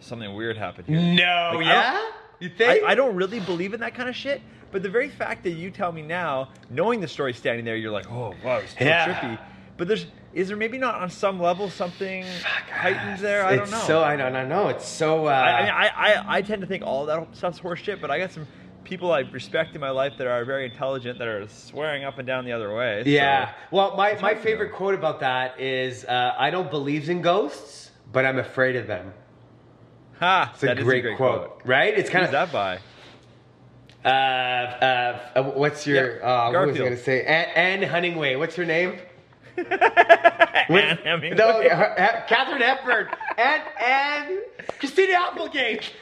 Speaker 2: "Something weird happened here."
Speaker 1: No.
Speaker 2: Like, I
Speaker 1: yeah.
Speaker 2: don't-
Speaker 1: You think?
Speaker 2: I, I don't really believe in that kind of shit, but the very fact that you tell me now, knowing the story standing there, you're like, oh, wow, it's so
Speaker 1: Yeah.
Speaker 2: trippy. But there's, is there maybe not on some level something heightened there? I
Speaker 1: it's
Speaker 2: don't know.
Speaker 1: so I don't, I don't know. It's so. Uh,
Speaker 2: I, I mean, I, I, I tend to think all that stuff's horseshit, but I got some people I respect in my life that are very intelligent that are swearing up and down the other way. so-
Speaker 1: yeah. Well, my, my
Speaker 2: hard to
Speaker 1: favorite
Speaker 2: know.
Speaker 1: quote about that is uh, I don't believe in ghosts, but I'm afraid of them.
Speaker 2: Ha!
Speaker 1: It's a,
Speaker 2: that is
Speaker 1: great, quote, right? It's kind
Speaker 2: Who's
Speaker 1: of
Speaker 2: that by?
Speaker 1: uh, uh, uh, what's your uh, what
Speaker 2: Yeah,
Speaker 1: was I
Speaker 2: Garfield.
Speaker 1: going to say? Anne, Anne Huntingway. What's her name?
Speaker 2: Anne Hemingway.
Speaker 1: No, her- her- Catherine Hepburn and and Christina Applegate.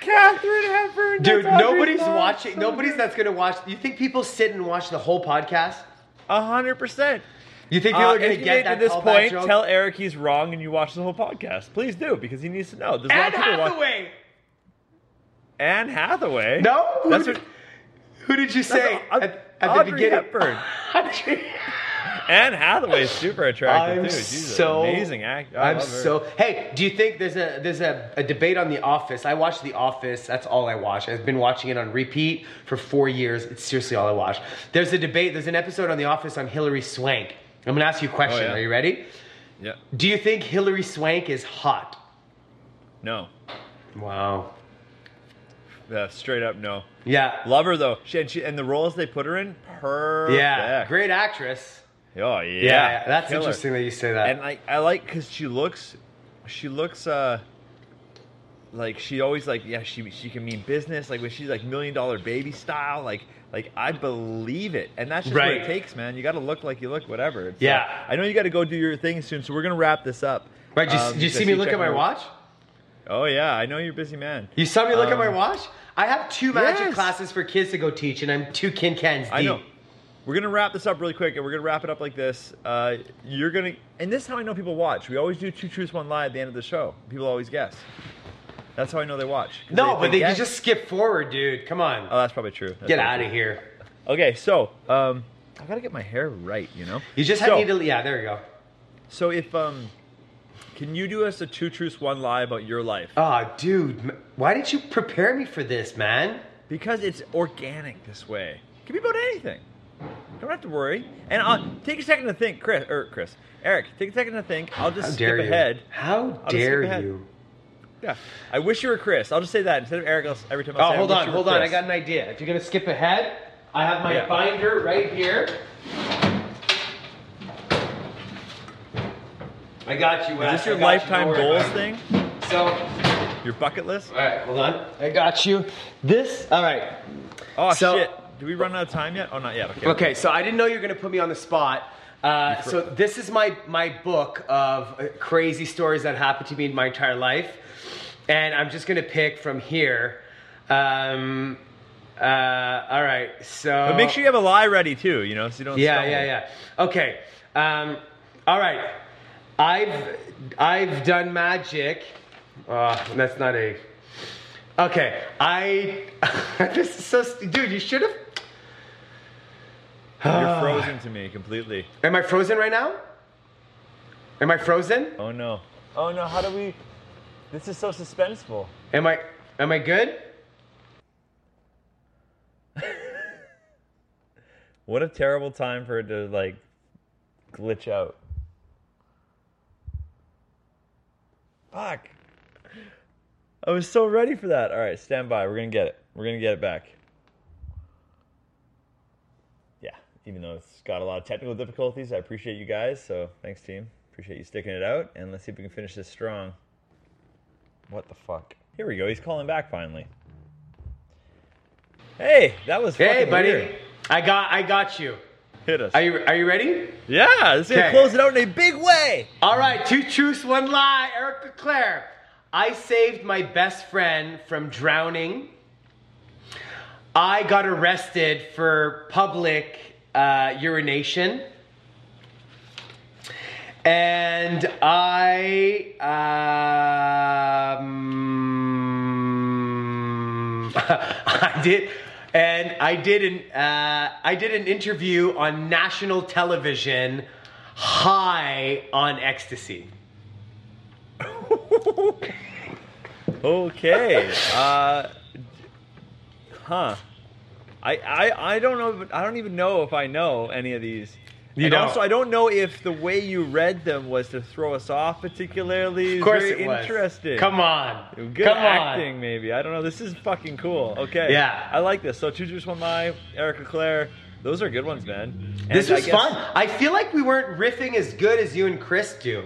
Speaker 2: Catherine Hepburn.
Speaker 1: Dude, nobody's watching. nobody's that's gonna watch. You think people sit and watch the whole podcast?
Speaker 2: A hundred percent.
Speaker 1: You think people
Speaker 2: Uh,
Speaker 1: are gonna
Speaker 2: if you
Speaker 1: get
Speaker 2: made it
Speaker 1: that
Speaker 2: to this
Speaker 1: callback
Speaker 2: point,
Speaker 1: joke?
Speaker 2: tell Eric he's wrong and you watch the whole podcast. Please do because he needs to know. There's a lot
Speaker 1: Anne
Speaker 2: of people watch-
Speaker 1: Hathaway.
Speaker 2: Anne Hathaway.
Speaker 1: No, who,
Speaker 2: that's
Speaker 1: did,
Speaker 2: what,
Speaker 1: who did you say
Speaker 2: Au-
Speaker 1: at, at
Speaker 2: Audrey
Speaker 1: the beginning?
Speaker 2: Hepburn.
Speaker 1: Audrey-
Speaker 2: Anne Hathaway's super attractive
Speaker 1: I'm
Speaker 2: too. She's
Speaker 1: so
Speaker 2: an amazing actor. I
Speaker 1: I'm
Speaker 2: love her.
Speaker 1: so. Hey, do you think there's a there's a, a debate on The Office? I watch The Office. That's all I watch. I've been watching it on repeat for four years. It's seriously all I watch. There's a debate. There's an episode on The Office on Hillary Swank. I'm gonna ask you a question.
Speaker 2: Oh, yeah.
Speaker 1: Are you ready?
Speaker 2: Yeah.
Speaker 1: Do you think Hillary Swank is hot?
Speaker 2: No.
Speaker 1: Wow.
Speaker 2: Yeah, straight up no.
Speaker 1: Yeah.
Speaker 2: Love her though. She and, she and the roles they put her in, perfect.
Speaker 1: Yeah. Great actress.
Speaker 2: Oh yeah.
Speaker 1: Yeah. that's
Speaker 2: Killer.
Speaker 1: interesting that you say that.
Speaker 2: And I, I like because she looks, she looks uh, like she always like yeah she she can mean business like when she's like million dollar baby style like like I believe it and that's just what
Speaker 1: Right.
Speaker 2: it takes man. You got to look like you look whatever. It's,
Speaker 1: Yeah.
Speaker 2: uh, I know you got to go do your thing soon, so we're gonna wrap this up.
Speaker 1: right. Do you,
Speaker 2: Um,
Speaker 1: do you
Speaker 2: because
Speaker 1: see me
Speaker 2: you
Speaker 1: look at
Speaker 2: checked
Speaker 1: my watch?
Speaker 2: Oh yeah, I know you're a busy man.
Speaker 1: You saw me look at my
Speaker 2: Um,
Speaker 1: watch? I have two magic
Speaker 2: yes.
Speaker 1: classes for kids to go teach, and I'm two kin cans deep.
Speaker 2: I know. We're gonna wrap this up really quick, and we're gonna wrap it up like this. Uh, you're gonna, and this is how I know people watch. We always do two truths, one lie at the end of the show. People always guess. That's how I know they watch. 'Cause
Speaker 1: No, but they
Speaker 2: guess.
Speaker 1: can just skip forward, dude. Come on.
Speaker 2: Oh, that's probably true. That's
Speaker 1: Get
Speaker 2: probably
Speaker 1: out of here.
Speaker 2: true. Okay, so um, I gotta get my hair right. You know.
Speaker 1: You just
Speaker 2: so,
Speaker 1: need to. Yeah, there we go.
Speaker 2: So if um, can you do us a two truths, one lie about your life?
Speaker 1: Oh, dude. m- Why didn't you prepare me for this, man?
Speaker 2: Because it's organic this way. It can be about anything. Don't have to worry. And I'll take a second to think, Chris or Chris, Eric. Take a second to think. I'll just
Speaker 1: How
Speaker 2: skip
Speaker 1: dare you?
Speaker 2: ahead.
Speaker 1: How
Speaker 2: just skip
Speaker 1: dare
Speaker 2: ahead.
Speaker 1: you?
Speaker 2: Yeah. I wish you were Chris. I'll just say that instead of Eric. I'll, every time I
Speaker 1: Oh,
Speaker 2: say, I
Speaker 1: hold
Speaker 2: wish
Speaker 1: on,
Speaker 2: you were
Speaker 1: hold on. I
Speaker 2: Chris.
Speaker 1: got an idea. If you're gonna skip ahead, I have my
Speaker 2: Yeah.
Speaker 1: binder right here. I got you.
Speaker 2: Is
Speaker 1: Wes.
Speaker 2: this your
Speaker 1: I got you. Don't
Speaker 2: lifetime
Speaker 1: worry
Speaker 2: goals
Speaker 1: about it.
Speaker 2: thing?
Speaker 1: So
Speaker 2: Your bucket list?
Speaker 1: All right, hold on. I got you. This, all right.
Speaker 2: Oh
Speaker 1: So-
Speaker 2: shit! Do we run out of time yet? Oh, not yet. Okay.
Speaker 1: Okay, so I didn't know you were gonna put me on the spot. Uh, so this is my my book of uh, crazy stories that happened to me in my entire life, and I'm just gonna pick from here. Um, uh, all right, so
Speaker 2: But make sure you have a lie ready too. You know, so you don't.
Speaker 1: yeah,
Speaker 2: stumble.
Speaker 1: yeah, yeah. Okay. Um, all right. I've I've done magic. Uh, that's not a. Okay. I. this is so. st- Dude, you should have. Ah.
Speaker 2: You're frozen to me completely.
Speaker 1: Am I frozen right now? Am I frozen?
Speaker 2: Oh no. Oh no. How do we? This is so suspenseful.
Speaker 1: Am I? Am I good?
Speaker 2: What a terrible time for it to like glitch out. Fuck. I was so ready for that. All right, stand by. We're gonna get it. We're gonna get it back. Yeah, even though it's got a lot of technical difficulties, I appreciate you guys. So thanks, team. Appreciate you sticking it out. And let's see if we can finish this strong. What the fuck? Here we go. He's calling back finally. Hey, that was
Speaker 1: Hey,
Speaker 2: fucking
Speaker 1: buddy.
Speaker 2: weird.
Speaker 1: I got. I got you.
Speaker 2: Hit us.
Speaker 1: Are you? Are you ready?
Speaker 2: Yeah, this is gonna
Speaker 1: Okay.
Speaker 2: close it out in a big way.
Speaker 1: All right. Two truths, one lie. Eric Leclaire. I saved my best friend from drowning. I got arrested for public uh, urination. And I, um, I did, and I did an, uh, I did an interview on national television, high on ecstasy.
Speaker 2: Okay. Uh, huh. I, I I don't know. I don't even know if I know any of these.
Speaker 1: You
Speaker 2: and
Speaker 1: don't.
Speaker 2: also, I don't know if the way you read them was to throw us off particularly.
Speaker 1: Of course,
Speaker 2: Very
Speaker 1: it was.
Speaker 2: interesting.
Speaker 1: Come on,
Speaker 2: Good
Speaker 1: Come
Speaker 2: acting,
Speaker 1: On.
Speaker 2: maybe. I don't know. This is fucking cool. Okay.
Speaker 1: Yeah.
Speaker 2: I like this. So, Two Juice One Lie, Erica Claire. Those are good ones, man. And
Speaker 1: This
Speaker 2: I
Speaker 1: was
Speaker 2: guess-
Speaker 1: fun. I feel like we weren't riffing as good as you and Chris do.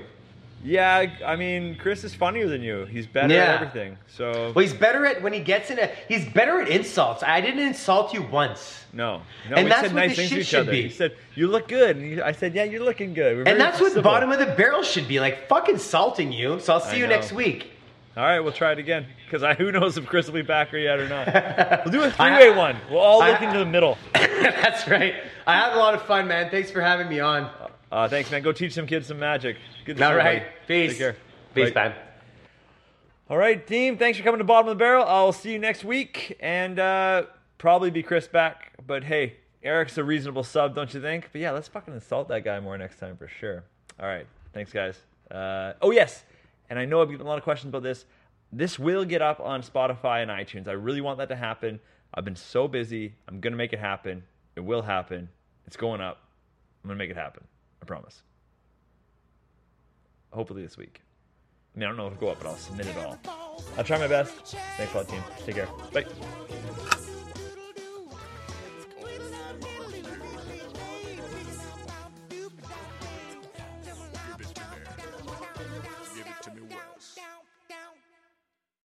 Speaker 2: Yeah, I mean, Chris is funnier than you. He's better
Speaker 1: Yeah.
Speaker 2: at everything. So,
Speaker 1: Well, he's better at when he gets in a. He's better at insults. I didn't insult you once.
Speaker 2: no. No,
Speaker 1: And
Speaker 2: we
Speaker 1: that's
Speaker 2: said
Speaker 1: what
Speaker 2: nice
Speaker 1: this
Speaker 2: things to
Speaker 1: shit
Speaker 2: each
Speaker 1: should
Speaker 2: other.
Speaker 1: be.
Speaker 2: He said, You look good. And he, I said, Yeah, you're looking good. We're very
Speaker 1: And that's what
Speaker 2: civil.
Speaker 1: bottom of the barrel should be like. Fuck insulting you. So I'll see
Speaker 2: I
Speaker 1: you
Speaker 2: know.
Speaker 1: next week.
Speaker 2: All right, we'll try it again. Because who knows if Chris will be back or yet or not. we'll do a
Speaker 1: I-
Speaker 2: three way one. We'll all
Speaker 1: I-
Speaker 2: look into the middle.
Speaker 1: that's right. I had a lot of fun, man. Thanks for having me on.
Speaker 2: Uh, thanks, man. Go teach some kids some magic. Good to see
Speaker 1: All
Speaker 2: you,
Speaker 1: right.
Speaker 2: buddy.
Speaker 1: Peace.
Speaker 2: Take care.
Speaker 1: Peace,
Speaker 2: Bye.
Speaker 1: man.
Speaker 2: All right, team. Thanks for coming to Bottom of the Barrel. I'll see you next week, and uh, probably be Chris back. But hey, Eric's a reasonable sub, don't you think? But yeah, let's fucking insult that guy more next time for sure. All right, thanks guys. Uh, oh yes, and I know I've gotten a lot of questions about this. This will get up on Spotify and iTunes. I really want that to happen. I've been so busy. I'm gonna make it happen. It will happen. It's going up. I'm gonna make it happen. I promise. Hopefully this week. I mean, I don't know if it'll go up, but I'll submit it all. I'll try my best. Thanks a lot, team. Take care. Bye.
Speaker 4: Bye.